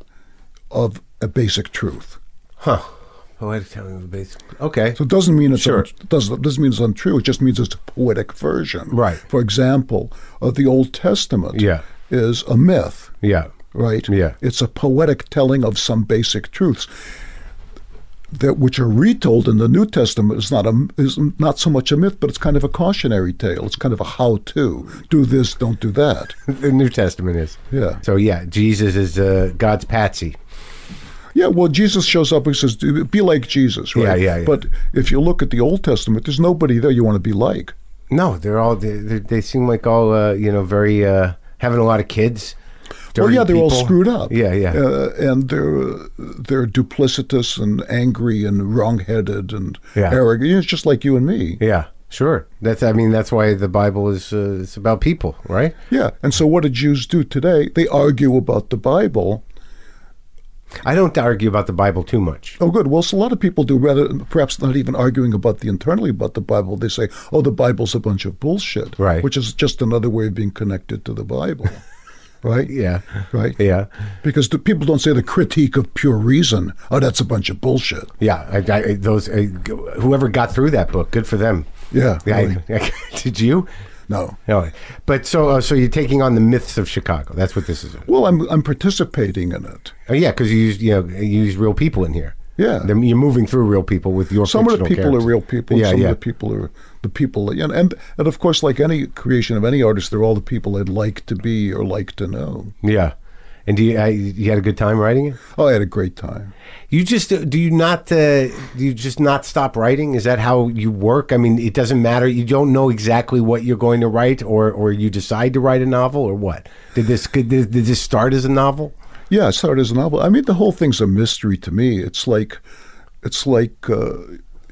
Speaker 4: of a basic truth.
Speaker 3: Huh. Poetic telling of the basic. Okay.
Speaker 4: So it doesn't mean it's
Speaker 3: Sure.
Speaker 4: un- doesn't doesn't mean it's untrue. It just means it's a poetic version.
Speaker 3: Right.
Speaker 4: For example, of the Old Testament.
Speaker 3: Yeah.
Speaker 4: Is a myth.
Speaker 3: Yeah.
Speaker 4: Right.
Speaker 3: Yeah.
Speaker 4: It's a poetic telling of some basic truths. That which are retold in the New Testament is not a is not so much a myth, but it's kind of a cautionary tale. It's kind of a how-to: do this, don't do that.
Speaker 3: The New Testament is.
Speaker 4: Yeah.
Speaker 3: So yeah, Jesus is uh, God's patsy.
Speaker 4: Yeah, well, Jesus shows up and says, "Do- "Be like Jesus," right?
Speaker 3: Yeah, yeah, yeah.
Speaker 4: But if you look at the Old Testament, there's nobody there you want to be like.
Speaker 3: No, they're all they, they they seem like all uh, you know very uh, having a lot of kids.
Speaker 4: Well,
Speaker 3: dirty
Speaker 4: Oh, yeah, they're all
Speaker 3: people.
Speaker 4: screwed up.
Speaker 3: Yeah, yeah.
Speaker 4: Uh, and they're they're duplicitous and angry and wrong-headed and
Speaker 3: Yeah.
Speaker 4: arrogant. It's just like you and me.
Speaker 3: yeah, sure. That's I mean that's why the Bible is uh, it's about people, right?
Speaker 4: Yeah. And so what do Jews do today? They argue about the Bible
Speaker 3: I don't argue about the Bible too much.
Speaker 4: Oh, good. Well, so a lot of people do, rather perhaps not even arguing about the internally about the Bible. They say, "Oh, the Bible's a bunch of bullshit,"
Speaker 3: Right.
Speaker 4: Which is just another way of being connected to the
Speaker 3: *laughs*
Speaker 4: Bible, right?
Speaker 3: Yeah.
Speaker 4: right.
Speaker 3: Yeah.
Speaker 4: Because the people don't say the critique of pure reason. Oh, that's a bunch of bullshit.
Speaker 3: Yeah, I, I, those I, whoever got through that book, good for them.
Speaker 4: Yeah,
Speaker 3: I- *laughs* did you?
Speaker 4: No.
Speaker 3: No, but so uh, so you're taking on the myths of Chicago. That's what this is.
Speaker 4: Well, I'm I'm participating in it.
Speaker 3: Uh, yeah, because you use you know you use real people in here.
Speaker 4: Yeah.
Speaker 3: Then you're moving through real people with your.
Speaker 4: Some of the
Speaker 3: fictional
Speaker 4: people
Speaker 3: characters.
Speaker 4: are real people. and
Speaker 3: Yeah,
Speaker 4: some
Speaker 3: yeah.
Speaker 4: of the people are the people, and, and and of course, like any creation of any artist, they're all the people I'd like to be or like to know.
Speaker 3: yeah. And do you, I, you had a good time writing it?
Speaker 4: Oh, I had a great time.
Speaker 3: You just do you not uh, do you just not stop writing? Is that how you work? I mean, it doesn't matter. You don't know exactly what you're going to write, or or you decide to write a novel, or what? Did this could, did, did this start as a novel?
Speaker 4: Yeah, I started as a novel. I mean, the whole thing's a mystery to me. It's like, it's like, uh,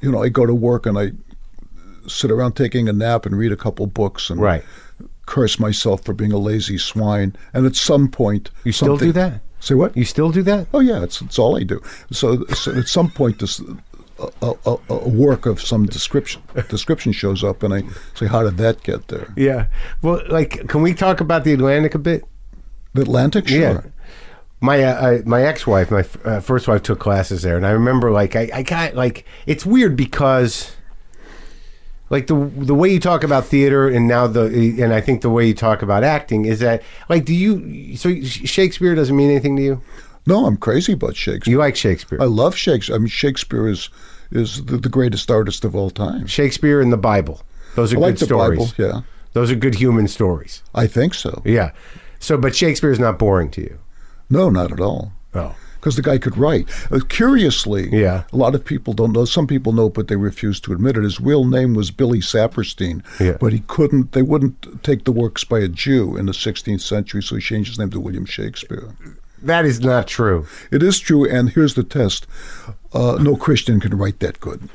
Speaker 4: you know, I go to work and I sit around taking a nap and read a couple books and
Speaker 3: Right.
Speaker 4: curse myself for being a lazy swine. And at some point,
Speaker 3: You still do
Speaker 4: something-
Speaker 3: that?
Speaker 4: Say what?
Speaker 3: You still do that?
Speaker 4: Oh yeah, it's it's all I do. So, so at some point, this a, a- a, a work of some description description shows up, and I say, "How did that get there?"
Speaker 3: Yeah. Well, like, can we talk about the Atlantic a bit?
Speaker 4: The Atlantic, sure.
Speaker 3: Yeah. My uh, uh, my ex wife, my f- uh, first wife, took classes there, and I remember like I, I got like it's weird because like the the way you talk about theater and now the and I think the way you talk about acting is that like do you so Shakespeare doesn't mean anything to you?
Speaker 4: No, I'm crazy about Shakespeare.
Speaker 3: You like Shakespeare?
Speaker 4: I love Shakespeare. I mean, Shakespeare is is the, the greatest artist of all time.
Speaker 3: Shakespeare and the Bible. Those are
Speaker 4: I
Speaker 3: good
Speaker 4: like the
Speaker 3: stories.
Speaker 4: Bible. Yeah,
Speaker 3: Those are good human stories.
Speaker 4: I think so.
Speaker 3: Yeah. So, but Shakespeare is not boring to you.
Speaker 4: No, not at all.
Speaker 3: Oh.
Speaker 4: Because the guy could write. Uh, curiously,
Speaker 3: Yeah.
Speaker 4: a lot of people don't know. Some people know, but they refuse to admit it. His real name was Billy Saperstein,
Speaker 3: Yeah.
Speaker 4: but he couldn't. They wouldn't take the works by a Jew in the 16th century, so he changed his name to William Shakespeare.
Speaker 3: That is not true.
Speaker 4: It is true, and here's the test: uh, no Christian can write that good.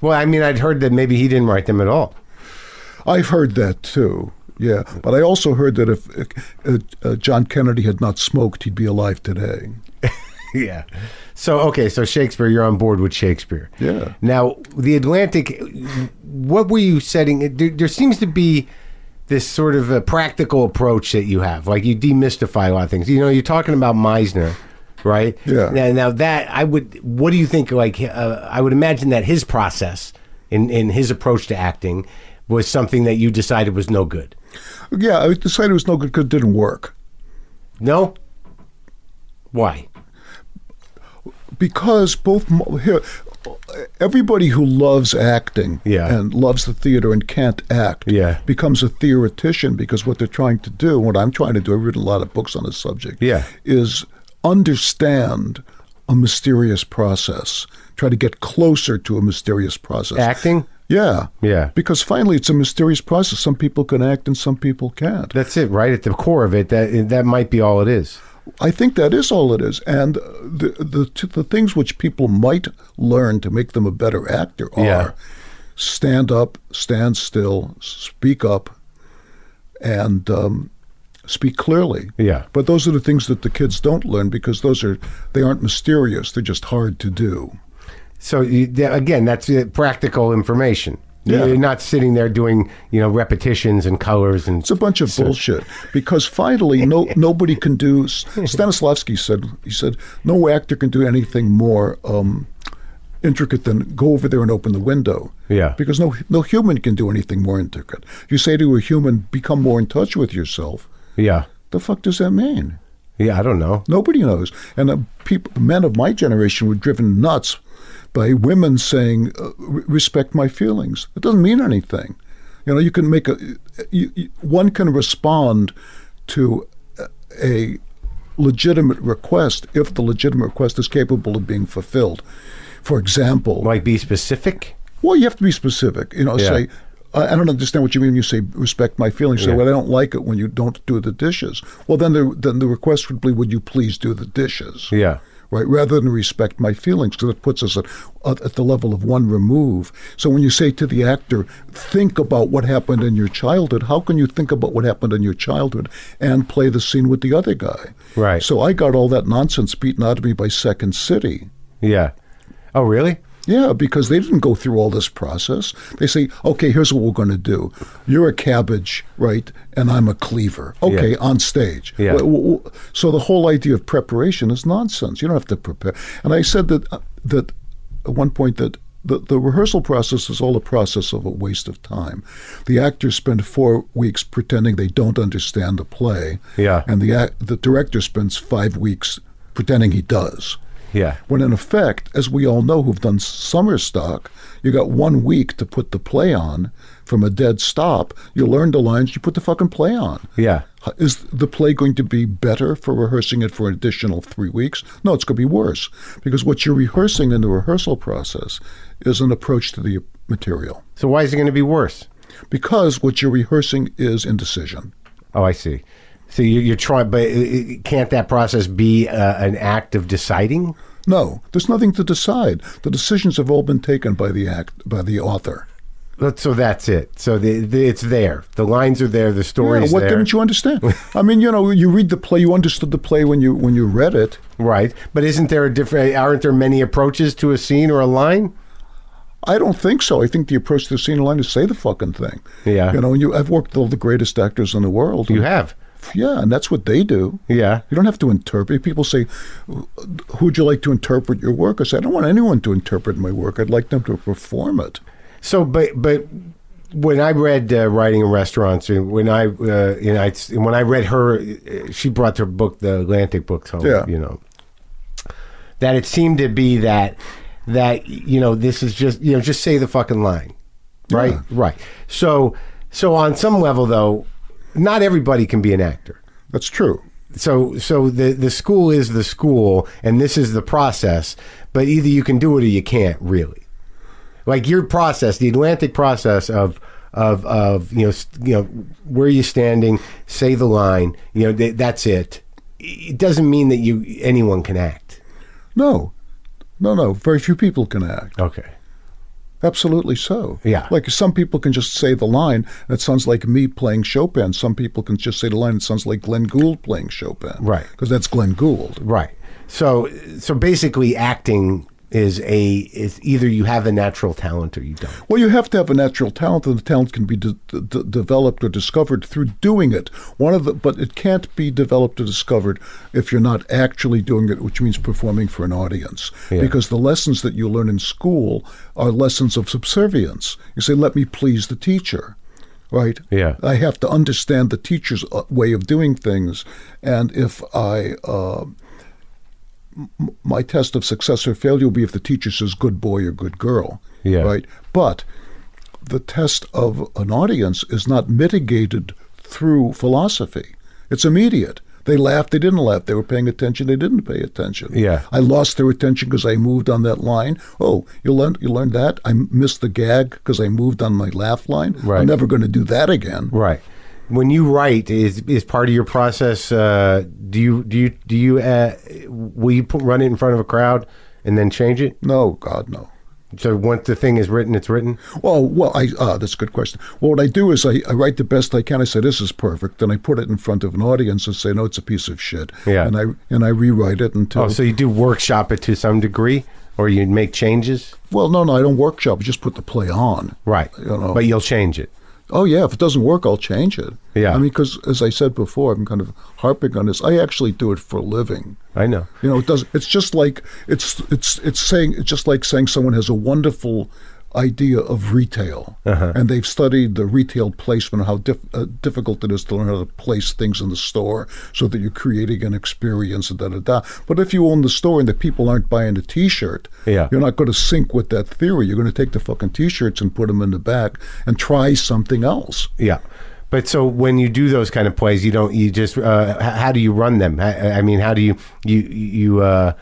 Speaker 3: Well, I mean, I'd heard that maybe he didn't write them at all.
Speaker 4: I've heard that too. Yeah, but I also heard that if uh, uh, John Kennedy had not smoked, he'd be alive today.
Speaker 3: *laughs* yeah. So okay, so Shakespeare, you're on board with Shakespeare.
Speaker 4: Yeah.
Speaker 3: Now the Atlantic, what were you setting? There, there seems to be this sort of a practical approach that you have, like you demystify a lot of things. You know, you're talking about Meisner. Right.
Speaker 4: Yeah.
Speaker 3: Now, now that I would, what do you think? Like, uh, I would imagine that his process in in his approach to acting was something that you decided was no good.
Speaker 4: Yeah, I decided it was no good because it didn't work.
Speaker 3: No. Why?
Speaker 4: because both mo- here everybody who loves acting
Speaker 3: Yeah.
Speaker 4: and loves the theater and can't act
Speaker 3: Yeah.
Speaker 4: becomes a theoretician because what they're trying to do what i'm trying to do i've written a lot of books on this subject
Speaker 3: Yeah.
Speaker 4: is understand a mysterious process try to get closer to a mysterious process
Speaker 3: Acting.
Speaker 4: yeah
Speaker 3: Yeah.
Speaker 4: because finally it's a mysterious process some people can act and some people can't
Speaker 3: That's it, right at the core of it. That that might be all it is.
Speaker 4: I think that is all it is, and uh, the the t- the things which people might learn to make them a better actor are
Speaker 3: Yeah.
Speaker 4: stand up, stand still, speak up, and um, speak clearly.
Speaker 3: Yeah.
Speaker 4: But those are the things that the kids don't learn because those are they aren't mysterious; they're just hard to do.
Speaker 3: So you, th- again, that's uh, practical information.
Speaker 4: Yeah.
Speaker 3: You're not sitting there doing you know repetitions and colors and
Speaker 4: It's a bunch of bullshit because finally, no nobody can do. Stanislavski said he said no actor can do anything more um, intricate than go over there and open the window.
Speaker 3: Yeah.
Speaker 4: because no no human can do anything more intricate. You say to a human, become more in touch with yourself.
Speaker 3: yeah,
Speaker 4: The fuck does that mean?
Speaker 3: yeah. I don't know.
Speaker 4: Nobody knows. And uh, peop men of my generation were driven nuts by women saying, uh, "Re- "Respect my feelings." It doesn't mean anything. You know, you can make a you, you, one can respond to a legitimate request if the legitimate request is capable of being fulfilled. For example,
Speaker 3: Like be specific.
Speaker 4: well, you have to be specific. You know,
Speaker 3: Yeah.
Speaker 4: say, I, I don't understand what you mean when you say respect my feelings. Say,
Speaker 3: Yeah.
Speaker 4: well, I don't like it when you don't do the dishes. Well, then the then the request would be, would you please do the dishes?
Speaker 3: Yeah.
Speaker 4: right? Rather than respect my feelings, because it puts us at, at at the level of one remove. So when you say to the actor, think about what happened in your childhood, how can you think about what happened in your childhood and play the scene with the other guy?
Speaker 3: Right.
Speaker 4: So I got all that nonsense beaten out of me by Second City.
Speaker 3: Yeah. Oh, really?
Speaker 4: Yeah, because they didn't go through all this process. They say, okay, here's what we're going to do. You're a cabbage, right? And I'm a cleaver. Okay,
Speaker 3: Yeah.
Speaker 4: on stage.
Speaker 3: Yeah.
Speaker 4: W- w- w- So the whole idea of preparation is nonsense. You don't have to prepare. And I said that uh, that at one point that the, the rehearsal process is all a process of a waste of time. The actors spend four weeks pretending they don't understand the play.
Speaker 3: Yeah.
Speaker 4: And the act, the director spends five weeks pretending he does.
Speaker 3: Yeah.
Speaker 4: When in effect, as we all know who've done summer stock, you got one week to put the play on from a dead stop. You learn the lines, you put the fucking play on.
Speaker 3: Yeah.
Speaker 4: H- Is the play going to be better for rehearsing it for an additional three weeks? No, it's going to be worse because what you're rehearsing in the rehearsal process is an approach to the material.
Speaker 3: So why is it going to be worse?
Speaker 4: Because what you're rehearsing is indecision.
Speaker 3: Oh, I see. So you- you're trying, but i- i- can't that process be uh, an act of deciding?
Speaker 4: No, there's nothing to decide. The decisions have all been taken by the act by the author.
Speaker 3: That- So that's it. So the, the, it's there. The lines are there. The story
Speaker 4: Yeah,
Speaker 3: is
Speaker 4: what
Speaker 3: there.
Speaker 4: didn't you understand? I mean, you know, you read the play, you understood the play when you when you read it.
Speaker 3: right. But isn't there a different? Aren't there many approaches to a scene or a line?
Speaker 4: I don't think so. I think the approach to the scene line is say the fucking thing.
Speaker 3: Yeah.
Speaker 4: you know, and you I've worked with all the greatest actors in the world.
Speaker 3: You have.
Speaker 4: yeah, and that's what they do.
Speaker 3: Yeah.
Speaker 4: You don't have to interpret. People say, "Who'd you like to interpret your work?" I say, "I don't want anyone to interpret my work. I'd like them to perform it."
Speaker 3: So, but but when I read uh, writing in restaurants, and when I uh, you know I, when I read her, uh, she brought her book, the Atlantic books home.
Speaker 4: Yeah.
Speaker 3: You know, that it seemed to be that that you know this is just you know just say the fucking line, right?
Speaker 4: Yeah.
Speaker 3: Right. So so on some level though, not everybody can be an actor
Speaker 4: That's true.
Speaker 3: so so the the school is the school and this is the process but either you can do it or you can't really like your process the atlantic process of of of you know s- you know where you're standing say the line you know th- that's it it doesn't mean that you anyone can act
Speaker 4: No, no, no. Very few people can act.
Speaker 3: okay
Speaker 4: Absolutely so.
Speaker 3: Yeah.
Speaker 4: Like some people can just say the line, and it sounds like me playing Chopin. Some people can just say the line, it sounds like Glenn Gould playing Chopin.
Speaker 3: Right.
Speaker 4: Because that's Glenn Gould.
Speaker 3: right so so basically acting is a is either you have the natural talent or you don't
Speaker 4: Well, you have to have a natural talent, and the talent can be de- de- de- developed or discovered through doing it. One of the, but it can't be developed or discovered if you're not actually doing it, which means performing for an audience.
Speaker 3: Yeah.
Speaker 4: Because the lessons that you learn in school are lessons of subservience. You say, "Let me please the teacher," right?
Speaker 3: Yeah.
Speaker 4: I have to understand the teacher's uh, way of doing things, and if I. Uh, m- my test of success or failure will be if the teacher says good boy or good girl.
Speaker 3: Yeah.
Speaker 4: Right? But the test of an audience is not mitigated through philosophy. It's immediate. They laughed, they didn't laugh. They were paying attention, they didn't pay attention.
Speaker 3: Yeah.
Speaker 4: I lost their attention because I moved on that line. Oh, you learned you learned that? I missed the gag because I moved on my laugh line.
Speaker 3: Right.
Speaker 4: I'm never going to do that again.
Speaker 3: Right. When you write, is is part of your process? Uh, do you do you do you uh, will you put, run it in front of a crowd and then change it?
Speaker 4: No, God, no.
Speaker 3: So once the thing is written, it's written.
Speaker 4: Well, well, I uh, that's a good question. Well, what I do is I, I write the best I can. I say this is perfect, and I put it in front of an audience and say, no, it's a piece of shit.
Speaker 3: Yeah.
Speaker 4: and I and I rewrite it until.
Speaker 3: Oh, so you do workshop it to some degree, or you make changes.
Speaker 4: well, no, no, I don't workshop. I just put the play on.
Speaker 3: Right.
Speaker 4: You know.
Speaker 3: But you'll change it.
Speaker 4: Oh yeah, if it doesn't work, I'll change it.
Speaker 3: Yeah.
Speaker 4: I mean, because as I said before, I'm kind of harping on this. I actually do it for a living.
Speaker 3: I know.
Speaker 4: You know, it does. It's just like it's it's it's saying it's just like saying someone has a wonderful idea of retail,
Speaker 3: Uh-huh.
Speaker 4: and they've studied the retail placement, how dif- uh, difficult it is to learn how to place things in the store so that you're creating an experience. And da da da. But if you own the store and the people aren't buying the T-shirt,
Speaker 3: Yeah.
Speaker 4: you're not going to sync with that theory. You're going to take the fucking T-shirts and put them in the back and try something else.
Speaker 3: Yeah. But so when you do those kind of plays, you don't. You just. Uh, h- how do you run them? I, I mean, how do you you you uh,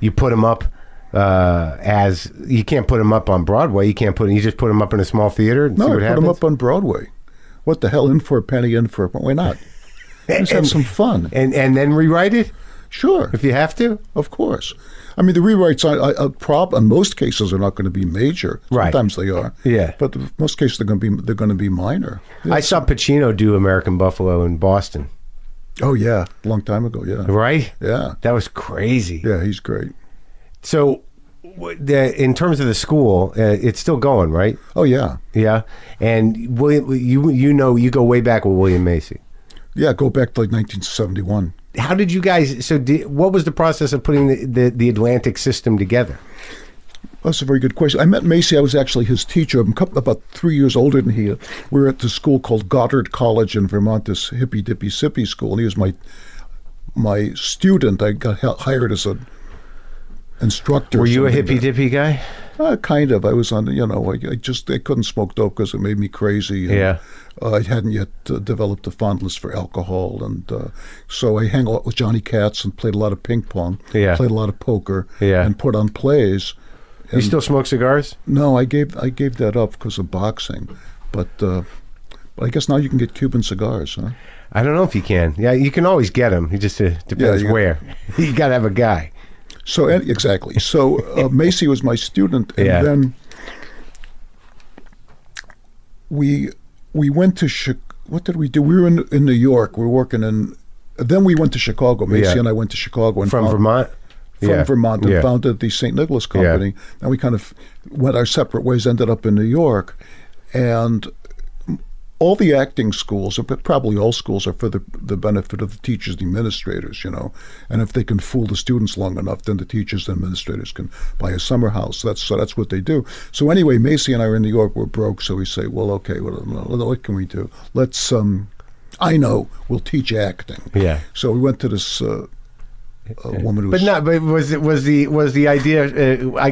Speaker 3: you put them up uh, as you can't put them up on Broadway. You can't put. You just put them up in a small theater and
Speaker 4: No,
Speaker 3: see
Speaker 4: I
Speaker 3: what
Speaker 4: put
Speaker 3: happens.
Speaker 4: them up on Broadway.
Speaker 3: *laughs*
Speaker 4: What the hell? In for a penny, in for a why not? Just have some fun.
Speaker 3: and and then rewrite it.
Speaker 4: Sure.
Speaker 3: if you have to?
Speaker 4: Of course. I mean, the rewrites are, are, are prob- in most cases are not going to be major.
Speaker 3: Right.
Speaker 4: Sometimes they are.
Speaker 3: Yeah.
Speaker 4: But in most cases they're going to be they're going to be minor.
Speaker 3: I saw Pacino do American Buffalo in Boston,
Speaker 4: Oh yeah, long time ago. Yeah.
Speaker 3: right?
Speaker 4: Yeah.
Speaker 3: That was crazy.
Speaker 4: Yeah. He's great.
Speaker 3: So, w- the, in terms of the school, uh, it's still going, right?
Speaker 4: Oh yeah.
Speaker 3: Yeah. And William, you you know you go way back with William Macy.
Speaker 4: Yeah. Go back to like 1971.
Speaker 3: How did you guys? So, did, what was the process of putting the, the, the Atlantic system together?
Speaker 4: That's a very good question. I met Macy. I was actually his teacher. I'm cou- about three years older than he. is. We were at the school called Goddard College in Vermont, this hippy dippy sippy school, and he was my my student. I got hi- hired as an instructor.
Speaker 3: Were you a hippy dippy
Speaker 4: hippy?
Speaker 3: guy?
Speaker 4: Uh, kind of. I was on, you know, I, I just I couldn't smoke dope because it made me crazy. and,
Speaker 3: Yeah.
Speaker 4: Uh, I hadn't yet uh, developed a fondness for alcohol, and uh, so I hang out with Johnny Katz and played a lot of ping pong.
Speaker 3: Yeah.
Speaker 4: Played a lot of poker.
Speaker 3: Yeah.
Speaker 4: And put on plays. Um,
Speaker 3: You still smoke cigars?
Speaker 4: No, I gave I gave that up because of boxing, but uh, but I guess now you can get Cuban cigars, huh?
Speaker 3: I don't know if you can. Yeah, you can always get them. It just uh, depends
Speaker 4: you got-
Speaker 3: where. *laughs* you got to have a guy.
Speaker 4: So and, exactly. So
Speaker 3: *laughs*
Speaker 4: uh, Macy was my student, and
Speaker 3: Yeah.
Speaker 4: then we we went to Chi- what did we do? We were in in New York. We were working in. Then we went to Chicago. Macy
Speaker 3: Yeah.
Speaker 4: and I went to Chicago and
Speaker 3: From
Speaker 4: found-
Speaker 3: Vermont?
Speaker 4: From
Speaker 3: Yeah.
Speaker 4: Vermont, and
Speaker 3: Yeah.
Speaker 4: founded the St. Nicholas Company, and we kind of went our separate ways. Ended up in New York, and all the acting schools, but probably all schools, are for the, the benefit of the teachers and administrators, you know. And if they can fool the students long enough, then the teachers and administrators can buy a summer house. That's so that's what they do. So anyway, Macy and I are in New York. We're broke, so we say, well, okay, well, what, what can we do? Let's. um I know. We'll teach acting.
Speaker 3: Yeah.
Speaker 4: So we went to this uh, uh, woman who
Speaker 3: But
Speaker 4: was
Speaker 3: not. But was it was the was the idea uh, I,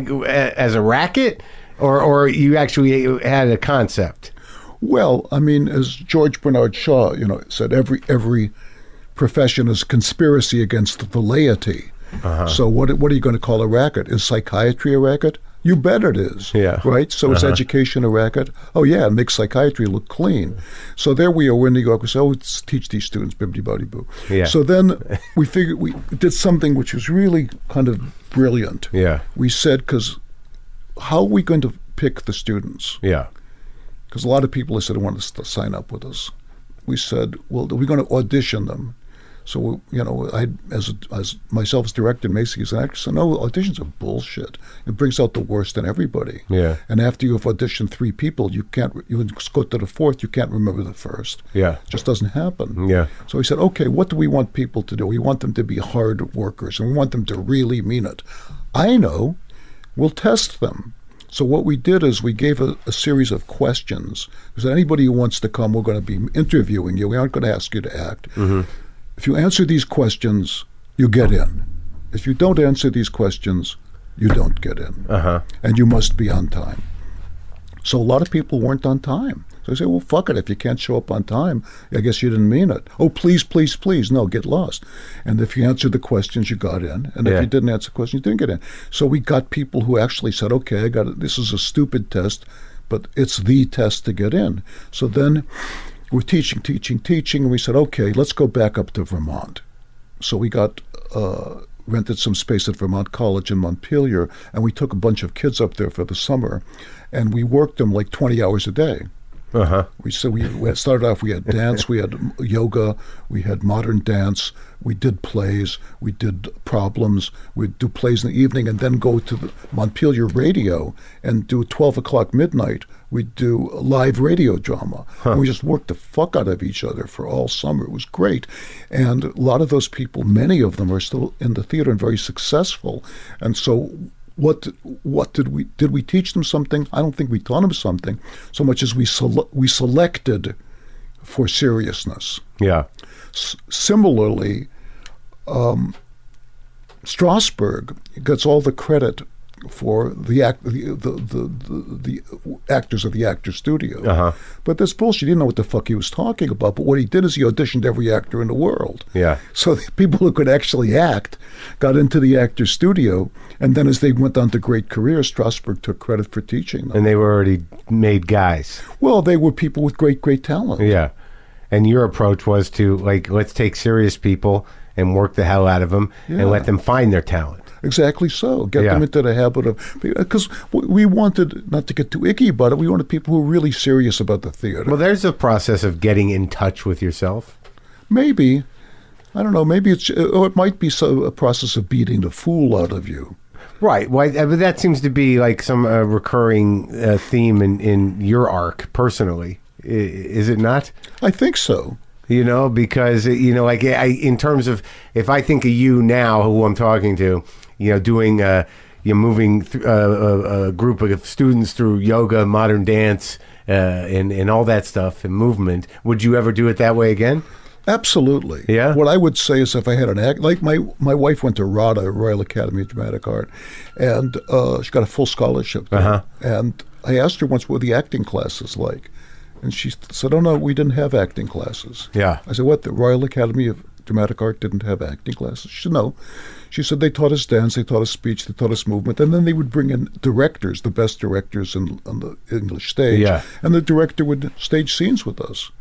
Speaker 3: as a racket, or or you actually had a concept?
Speaker 4: Well, I mean, as George Bernard Shaw, you know, said, every every profession is conspiracy against the laity.
Speaker 3: Uh-huh.
Speaker 4: So what what are you going to call a racket? Is psychiatry a racket? You bet it is.
Speaker 3: Yeah. Uh-huh.
Speaker 4: Right. So is education a racket? Oh yeah, it makes psychiatry look clean. So there we are. We're in New York. We say, oh, let's teach these students bibbidi bobbidi boo.
Speaker 3: Yeah.
Speaker 4: So then we figured we did something which was really kind of brilliant.
Speaker 3: Yeah.
Speaker 4: We said because how are we going to pick the students?
Speaker 3: Yeah.
Speaker 4: because a lot of people said wanted to sign up with us. We said, well, we're going to audition them. So you know, I as as myself as director, Macy as an actor, said, no, auditions are bullshit. It brings out the worst in everybody.
Speaker 3: Yeah.
Speaker 4: And after you've auditioned three people, you can't re- you go to the fourth, you can't remember the first.
Speaker 3: Yeah.
Speaker 4: It just doesn't happen.
Speaker 3: Yeah.
Speaker 4: So we said, okay, what do we want people to do? We want them to be hard workers, and we want them to really mean it. I know. We'll test them. So what we did is we gave a, a series of questions. We said, anybody who wants to come, we're going to be interviewing you. We aren't going to ask you to act. If you answer these questions, you get in. If you don't answer these questions, you don't get in. Uh-huh. And you must be on time. So a lot of people weren't on time. So I say, well, fuck it. If you can't show up on time, I guess you didn't mean it. Oh, please, please, please. No, get lost. And if you answered the questions, you got in. And
Speaker 3: Yeah.
Speaker 4: if you didn't answer the question, you didn't get in. So we got people who actually said, okay, I got it. This is a stupid test, but it's the test to get in. So then we're teaching, teaching, teaching. And we said, okay, let's go back up to Vermont. So we got uh, rented some space at Vermont College in Montpelier, and we took a bunch of kids up there for the summer, and we worked them like 20 hours a day.
Speaker 3: Uh huh.
Speaker 4: We so we, we started off. We had dance, we had yoga, we had modern dance. We did plays, we did problems. We'd do plays in the evening, and then go to the Montpelier radio and do 12 o'clock midnight. We'd do live radio drama. And we just worked the fuck out of each other for all summer. It was great, and a lot of those people, many of them, are still in the theater and very successful. And so what what did we did we teach them something? I don't think we taught them something so much as we sele- we selected for seriousness.
Speaker 3: Yeah.
Speaker 4: S- similarly, um, Strasberg gets all the credit for the act the the, the, the, the actors of the actor studio.
Speaker 3: Uh-huh.
Speaker 4: But this bullshit, he didn't know what the fuck he was talking about. But what he did is he auditioned every actor in the world.
Speaker 3: Yeah.
Speaker 4: So the *laughs* people who could actually act got into the actor studio, and then as they went on to great careers, Strasberg took credit for teaching them.
Speaker 3: And they were already made guys.
Speaker 4: well, they were people with great, great talent.
Speaker 3: Yeah. And your approach was to like let's take serious people and work the hell out of them and let them find their talent.
Speaker 4: Exactly so. Get
Speaker 3: Yeah.
Speaker 4: them into the habit of because we wanted not to get too icky about it. We wanted people who were really serious about the theater.
Speaker 3: Well, there's a process of getting in touch with yourself.
Speaker 4: Maybe I don't know. Maybe it's or it might be so, a process of beating the fool out of you.
Speaker 3: Right. Why? uh, But that seems to be like some uh, recurring uh, theme in, in your arc personally. I- Is it not?
Speaker 4: I think so.
Speaker 3: You know, because uh, you know, like I, in terms of if I think of you now, who I'm talking to, you know, doing, uh, you know, moving th- uh, a, a group of students through yoga, modern dance, uh, and and all that stuff and movement. Would you ever do it that way again?
Speaker 4: Absolutely.
Speaker 3: Yeah?
Speaker 4: What I would say is if I had an act, like my my wife went to RADA, Royal Academy of Dramatic Art, and uh, she got a full scholarship. there.
Speaker 3: Uh-huh.
Speaker 4: And I asked her once what the acting class is like, and she said, "Oh no, we didn't have acting classes."
Speaker 3: Yeah.
Speaker 4: I said, "What? The Royal Academy of Dramatic Art didn't have acting classes?" She said, "No." She said they taught us dance, they taught us speech, they taught us movement, and then they would bring in directors, the best directors in, on the English stage,
Speaker 3: Yeah.
Speaker 4: and the director would stage scenes with us.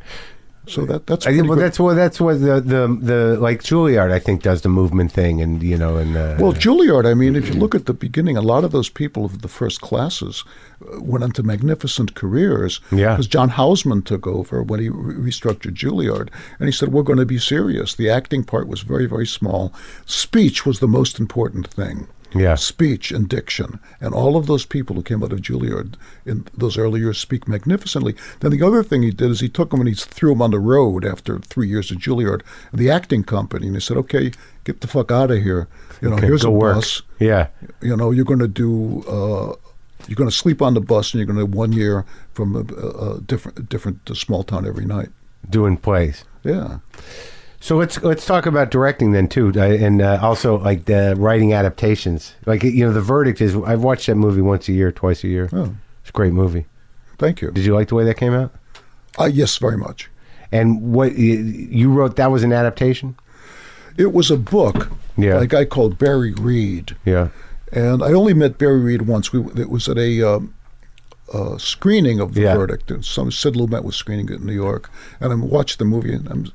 Speaker 4: So that that's
Speaker 3: I
Speaker 4: pretty
Speaker 3: think, well,
Speaker 4: good.
Speaker 3: that's what that's what the, the the like Juilliard I think does the movement thing, and you know, and uh,
Speaker 4: Well, Juilliard, I mean, if you look at the beginning, a lot of those people of the first classes uh, went on to magnificent careers.
Speaker 3: Yeah.
Speaker 4: Because John Hausman took over when he re- restructured Juilliard, and he said, We're going to be serious. The acting part was very, very small. Speech was the most important thing.
Speaker 3: Yeah.
Speaker 4: Speech and diction. And all of those people who came out of Juilliard in those early years speak magnificently. Then the other thing he did is he took them and he threw them on the road after three years at Juilliard, the acting company, and he said, Okay, get the fuck out of here. You know,
Speaker 3: Okay,
Speaker 4: here's
Speaker 3: go
Speaker 4: a
Speaker 3: work.
Speaker 4: bus.
Speaker 3: Yeah.
Speaker 4: You know, you're going to do. Uh, you're going to sleep on the bus, and you're going to one year from a, a, a different different uh, small town every night.
Speaker 3: doing plays.
Speaker 4: Yeah.
Speaker 3: So let's let's talk about directing then too, uh, and uh, also like the writing adaptations. Like you know, the verdict is I've watched that movie once a year, twice a year.
Speaker 4: Oh.
Speaker 3: It's a great movie.
Speaker 4: Thank you.
Speaker 3: Did you like the way that came out?
Speaker 4: Uh, yes, very much.
Speaker 3: And what you, you wrote that was an adaptation.
Speaker 4: It was a book
Speaker 3: Yeah.
Speaker 4: by a guy called Barry Reed.
Speaker 3: Yeah.
Speaker 4: And I only met Barry Reed once. We, it was at a um, uh, screening of the
Speaker 3: Yeah.
Speaker 4: verdict. And some Sid Lumet was screening it in New York. And I watched the movie and I'm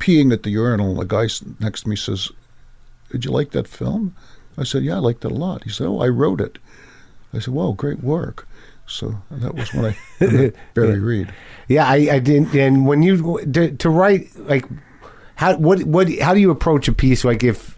Speaker 4: peeing at the urinal. And the guy s- next to me says, Did you like that film? I said, Yeah, I liked it a lot. He said, Oh, I wrote it. I said, Wow, great work. So that was when I I met Barry Reed.
Speaker 3: Yeah, I, I didn't. And when you to, to write, like, how what what how do you approach a piece? Like, if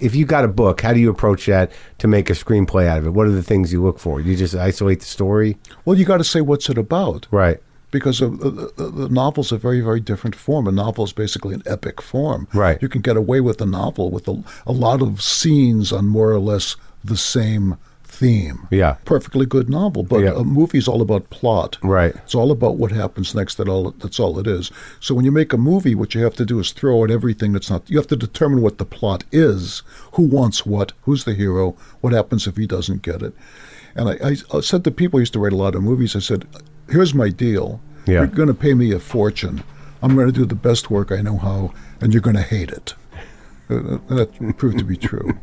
Speaker 3: if you got a book, how do you approach that to make a screenplay out of it? What are the things you look for? You just isolate the story,
Speaker 4: Well, you got to say what's it about.
Speaker 3: right?
Speaker 4: because the, the, the- the novel's a very, very different form. A novel is basically an epic form.
Speaker 3: Right.
Speaker 4: You can get away with a novel with a, a lot of scenes on more or less the same theme.
Speaker 3: Yeah.
Speaker 4: Perfectly good novel, but
Speaker 3: Yeah.
Speaker 4: a movie's all about plot.
Speaker 3: Right.
Speaker 4: It's all about what happens next. That all that's all it is. So when you make a movie, what you have to do is throw out everything that's not. You have to determine what the plot is, who wants what, who's the hero, what happens if he doesn't get it. And I, I said to people I used to write a lot of movies. I said, "Here's my deal.
Speaker 3: Yeah.
Speaker 4: You're going to pay me a fortune. I'm going to do the best work I know how, and you're going to hate it." Uh, And that proved to be true.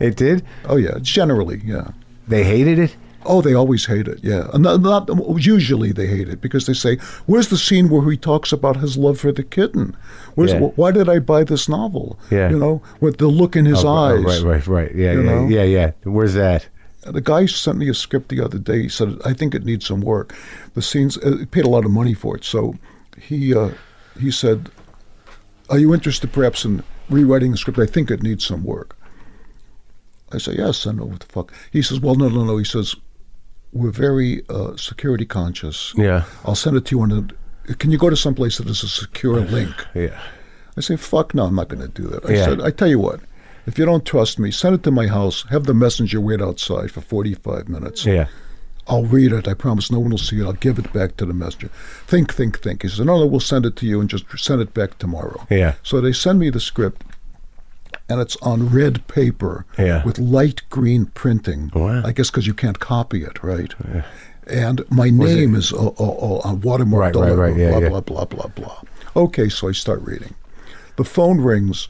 Speaker 3: It did.
Speaker 4: oh yeah, generally, yeah.
Speaker 3: They hated it.
Speaker 4: Oh, they always hate it. Yeah, And not, not usually they hate it because they say, "Where's the scene where he talks about his love for the kitten? Where's
Speaker 3: Yeah.
Speaker 4: why did I buy this novel?
Speaker 3: Yeah.
Speaker 4: you know, with the look in his
Speaker 3: Oh,
Speaker 4: eyes.
Speaker 3: right, right, right. Yeah,
Speaker 4: You
Speaker 3: yeah,
Speaker 4: know?
Speaker 3: yeah, yeah. Where's that?
Speaker 4: The guy sent me a script the other day. He said, "I think it needs some work. The scenes uh, it paid a lot of money for it." So he uh, he said, "Are you interested, perhaps, in rewriting the script? I think it needs some work." I say, "Yes, I know what the fuck." He says, "Well, no, no, no." He says, "We're very uh, security conscious.
Speaker 3: Yeah.
Speaker 4: I'll send it to you on a. Can you go to some place that is a secure link?"
Speaker 3: Yeah.
Speaker 4: I say, fuck no, I'm not going to do that. I
Speaker 3: Yeah.
Speaker 4: said, I tell you what, if you don't trust me, send it to my house, have the messenger wait outside for 45 minutes.
Speaker 3: Yeah.
Speaker 4: I'll read it. I promise no one will see it. I'll give it back to the messenger. Think, think, think. He says, no, no, we'll send it to you and just send it back tomorrow.
Speaker 3: Yeah.
Speaker 4: So they send me the script, and it's on red paper
Speaker 3: Yeah.
Speaker 4: with light green printing.
Speaker 3: Wow.
Speaker 4: I guess because you can't copy it, right? And my name is uh, uh, uh, on watermark.
Speaker 3: Right, right, right, yeah,
Speaker 4: blah,
Speaker 3: yeah.
Speaker 4: blah, blah, blah, blah. Okay, so I start reading. The phone rings.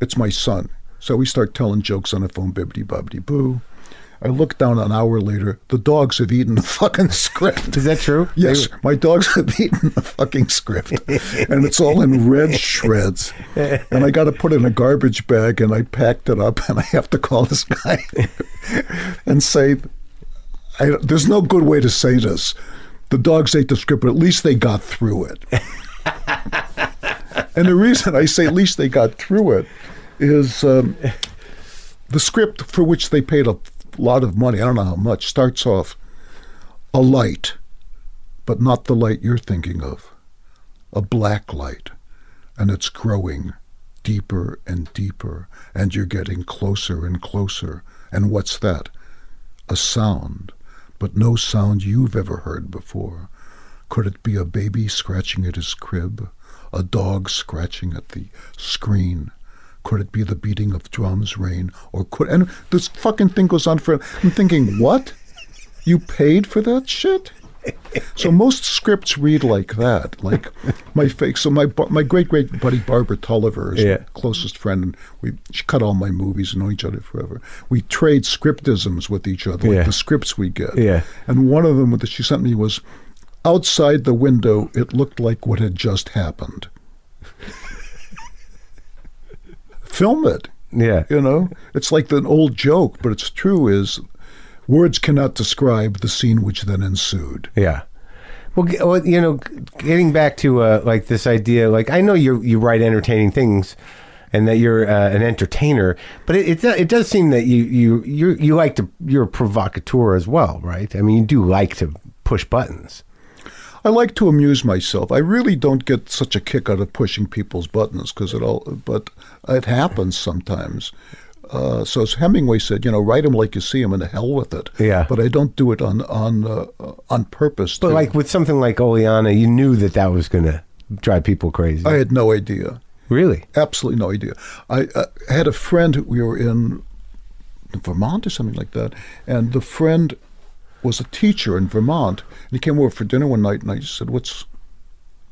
Speaker 4: It's my son. So we start telling jokes on the phone, bibbity bobbity boo. I look down an hour later. The dogs have eaten the fucking script.
Speaker 3: Is that true?
Speaker 4: Yes, my dogs have eaten the fucking script, and it's all in red shreds. And I got to put it in a garbage bag, and I packed it up, and I have to call this guy *laughs* and say, I, "There's no good way to say this. The dogs ate the script, but at least they got through it." and the reason I say at least they got through it is um, the script for which they paid a lot of money. I don't know how much. Starts off a light but not the light you're thinking of. A black light, and it's growing deeper and deeper, and you're getting closer and closer. And what's that? A sound, but no sound you've ever heard before. Could it be a baby scratching at his crib? A dog scratching at the screen? Could it be the beating of drums, rain, or could and this fucking thing goes on for? I'm thinking, what? You paid for that shit? so most scripts read like that. Like my fake. So my bu- my great great buddy Barbara Tulliver is
Speaker 5: Yeah.
Speaker 4: my closest friend, and we she cut all my movies and know each other forever. We trade scriptisms with each other, like
Speaker 5: Yeah.
Speaker 4: the scripts we get.
Speaker 5: Yeah.
Speaker 4: And one of them that she sent me was, outside the window, it looked like what had just happened. *laughs* Film it.
Speaker 5: Yeah.
Speaker 4: You know, it's like an old joke, but it's true. Is words cannot describe the scene which then ensued.
Speaker 5: Yeah.
Speaker 3: Well, g- well, you know, g- getting back to uh, like this idea, like I know you you write entertaining things, and that you're uh, an entertainer, but it, it do- it does seem that you you you you like to you're a provocateur as well, right? I mean, you do like to push buttons.
Speaker 4: I like to amuse myself. I really don't get such a kick out of pushing people's buttons because it all, but it happens sometimes. Uh, so as Hemingway said, you know, write them like you see them, and to hell with it.
Speaker 5: Yeah.
Speaker 4: But I don't do it on on uh, on purpose.
Speaker 3: But
Speaker 4: to-
Speaker 3: like with something like Oleana, you knew that that was going to drive people crazy.
Speaker 4: I had no idea.
Speaker 3: really?
Speaker 4: absolutely no idea. I, uh had a friend, who- we were in Vermont or something like that, and the friend was a teacher in Vermont, and he came over for dinner one night, and I said, "What's,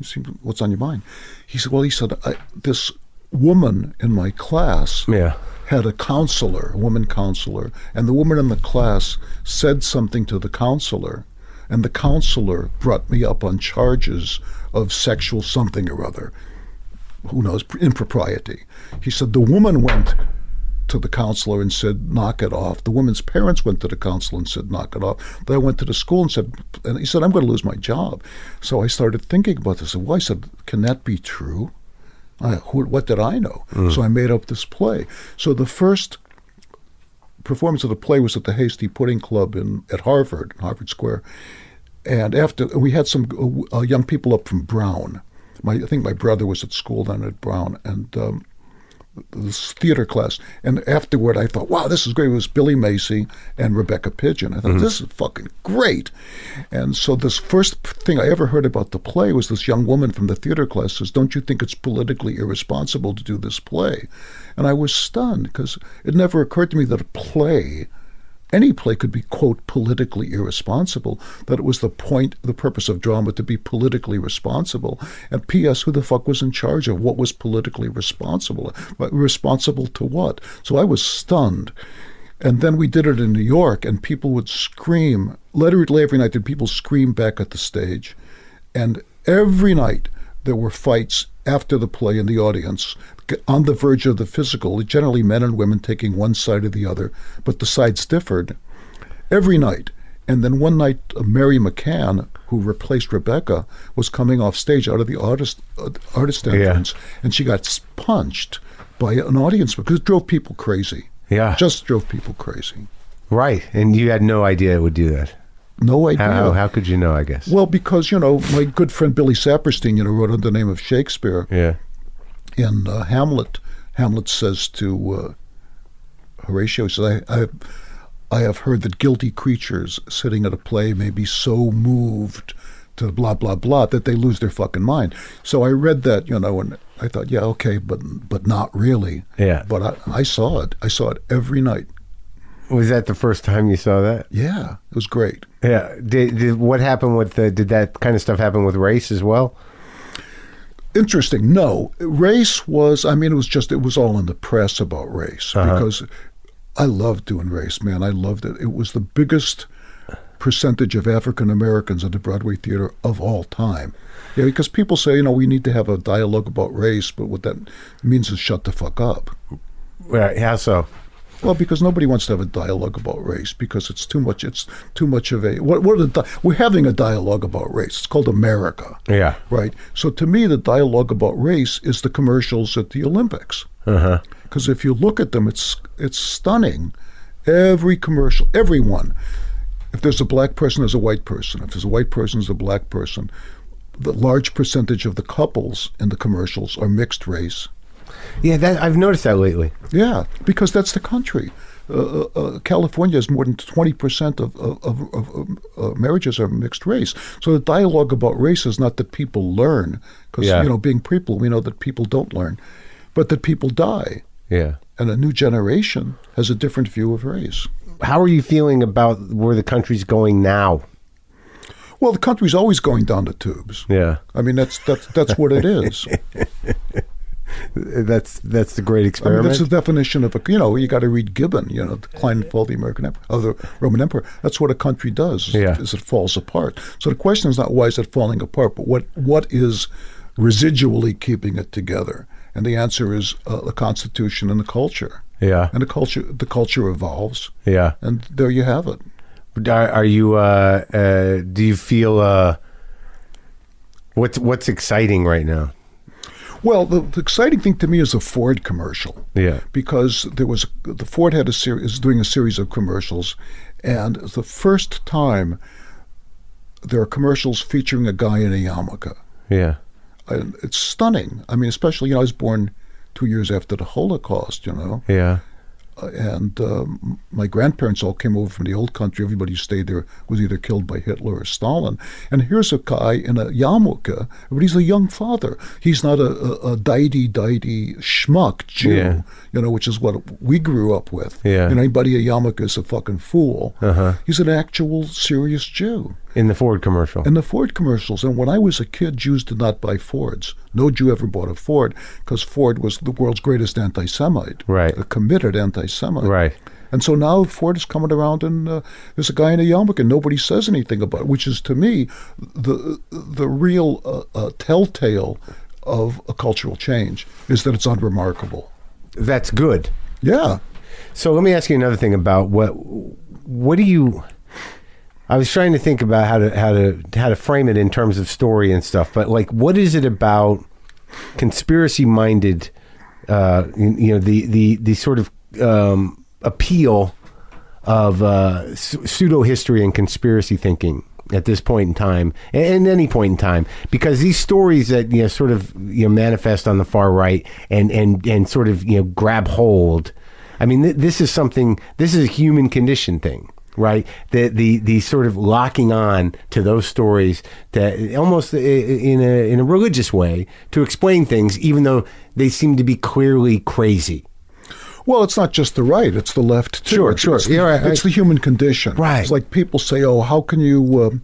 Speaker 4: you seem- what's on your mind?" He said, "Well, he said I, this woman in my class
Speaker 5: Yeah.
Speaker 4: had a counselor, a woman counselor, and the woman in the class said something to the counselor." And the counselor brought me up on charges of sexual something or other who knows, impropriety. He said the woman went to the counselor and said, knock it off. The woman's parents went to the counselor and said, knock it off. Then I went to the school and said, and he said, I'm going to lose my job. So I started thinking about this. Well, I said, can that be true? I, who, what did I know? So I made up this play. So the first performance of the play was at the Hasty Pudding Club in at Harvard, in Harvard Square. And after we had some uh, uh, young people up from Brown. My I think my brother was at school then at Brown, and um, this theater class. And afterward, I thought, wow, this is great. It was Billy Macy and Rebecca Pigeon. I thought, this is fucking great. And so, this first p- thing I ever heard about the play was this young woman from the theater class says, Don't you think it's politically irresponsible to do this play? And I was stunned because it never occurred to me that a play. Any play could be, quote, politically irresponsible, that it was the point, the purpose of drama to be politically responsible. And P.S., who the fuck was in charge of what was politically responsible? But Responsible to what? So I was stunned. And then we did it in New York, and people would scream. Literally every night, did people scream back at the stage? And every night there were fights after the play in the audience g- on the verge of the physical, generally men and women taking one side or the other, but the sides differed every night. And then one night, uh, Mary McCann, who replaced Rebecca, was coming off stage out of the artist uh, artist entrance, and she got s- punched by an audience because it drove people crazy.
Speaker 5: Yeah.
Speaker 4: just drove people crazy.
Speaker 3: Right. And you had no idea it would do that.
Speaker 4: No idea.
Speaker 3: How, how, how could you know, I guess?
Speaker 4: Well, because you know, my good friend Billy Saperstein, you know, wrote under the name of Shakespeare
Speaker 5: Yeah.
Speaker 4: in uh, Hamlet. Hamlet says to uh, Horatio, he says, I, I, I have heard that guilty creatures sitting at a play may be so moved to blah blah blah that they lose their fucking mind. So I read that, you know, and I thought, yeah, okay, but but not really.
Speaker 5: Yeah.
Speaker 4: But I, I saw it. I saw it every night.
Speaker 3: was that the first time you saw that?
Speaker 4: Yeah, it was great.
Speaker 3: Yeah. Did, did what happened with the, did that kind of stuff happen with race as well?
Speaker 4: interesting. No, race was. I mean, it was just. It was all in the press about race because I loved doing race, man. I loved it. It was the biggest percentage of African Americans in the Broadway theater of all time. Yeah, because people say, you know, we need to have a dialogue about race, but what that means is shut the fuck up.
Speaker 3: Right? How so?
Speaker 4: Well, because nobody wants to have a dialogue about race because it's too much. It's too much of a what? What are the di- we're having a dialogue about race? It's called America.
Speaker 3: Yeah.
Speaker 4: Right. So to me, the dialogue about race is the commercials at the Olympics. Because if you look at them, it's it's stunning. Every commercial, everyone. If there's a black person, there's a white person. If there's a white person, there's a black person. The large percentage of the couples in the commercials are mixed race.
Speaker 3: Yeah, that I've noticed that lately.
Speaker 4: Yeah, because that's the country. Uh, uh, uh, California is more than 20% of, of, of, of uh, marriages are mixed race. So the dialogue about race is not that people learn, because,
Speaker 3: Yeah.
Speaker 4: you know, being people, we know that people don't learn, but that people die.
Speaker 3: Yeah.
Speaker 4: And a new generation has a different view of race.
Speaker 3: How are you feeling about where the country's going now?
Speaker 4: Well, the country's always going down the tubes.
Speaker 3: Yeah.
Speaker 4: I mean, that's, that's, that's what
Speaker 3: *laughs*
Speaker 4: it is.
Speaker 3: That's that's the great
Speaker 4: I mean,
Speaker 3: experiment.
Speaker 4: that's the definition of a, you know, you got to read Gibbon, you know, Decline and Fall of the American Empire, of the Roman Empire. That's what a country does, is,
Speaker 3: Yeah.
Speaker 4: is it falls apart. So the question is not why is it falling apart, but what, what is residually keeping it together? And the answer is uh, the Constitution and the culture.
Speaker 3: Yeah.
Speaker 4: And the culture, the culture evolves.
Speaker 3: Yeah.
Speaker 4: And there you have it.
Speaker 3: Are, are you? Uh, uh, do you feel? Uh, what's What's exciting right now?
Speaker 4: Well, the, the exciting thing to me is the Ford commercial.
Speaker 3: Yeah.
Speaker 4: Because there was the Ford had a series is doing a series of commercials, and it's the first time there are commercials featuring a guy in a yarmulke.
Speaker 3: Yeah.
Speaker 4: And it's stunning. I mean, especially you know I was born two years after the Holocaust. You know
Speaker 3: Yeah.
Speaker 4: and um, my grandparents all came over from the old country. Everybody who stayed there was either killed by Hitler or Stalin. And here's a guy in a yarmulke, but he's a young father. He's not a, a, a diety diety schmuck Jew,
Speaker 3: Yeah.
Speaker 4: you know, which is what we grew up with.
Speaker 3: Yeah.
Speaker 4: And anybody a yarmulke is a fucking fool. Uh-huh. He's an actual serious Jew.
Speaker 3: In the Ford commercial.
Speaker 4: And the Ford commercials. And when I was a kid, Jews did not buy Fords. No Jew ever bought a Ford because Ford was the world's greatest anti-Semite,
Speaker 3: Right.
Speaker 4: A committed anti-Semite,
Speaker 3: Right.
Speaker 4: And so now Ford is coming around, and uh, there's a guy in a yarmulke, and nobody says anything about it, which is to me the the real uh, uh, telltale of a cultural change is that it's unremarkable.
Speaker 3: that's good.
Speaker 4: Yeah,
Speaker 3: So let me ask you another thing about what what do you I was trying to think about how to how to how to frame it in terms of story and stuff, but like what is it about conspiracy minded uh you, you know the the the sort of um appeal of uh pseudo history and conspiracy thinking at this point in time and, and any point in time because these stories that you know sort of you know manifest on the far right and and and sort of you know grab hold I mean, th- this is something. This is a human condition thing, right? The the the sort of locking on to those stories that almost i- i- in a in a religious way to explain things, even though they seem to be clearly crazy.
Speaker 4: Well, it's not just the right; it's the left too.
Speaker 3: Sure,
Speaker 4: it's,
Speaker 3: sure.
Speaker 4: It's the,
Speaker 3: Yeah, right,
Speaker 4: it's
Speaker 3: I-
Speaker 4: the human condition.
Speaker 3: Right.
Speaker 4: It's like people say, "Oh, how can you, um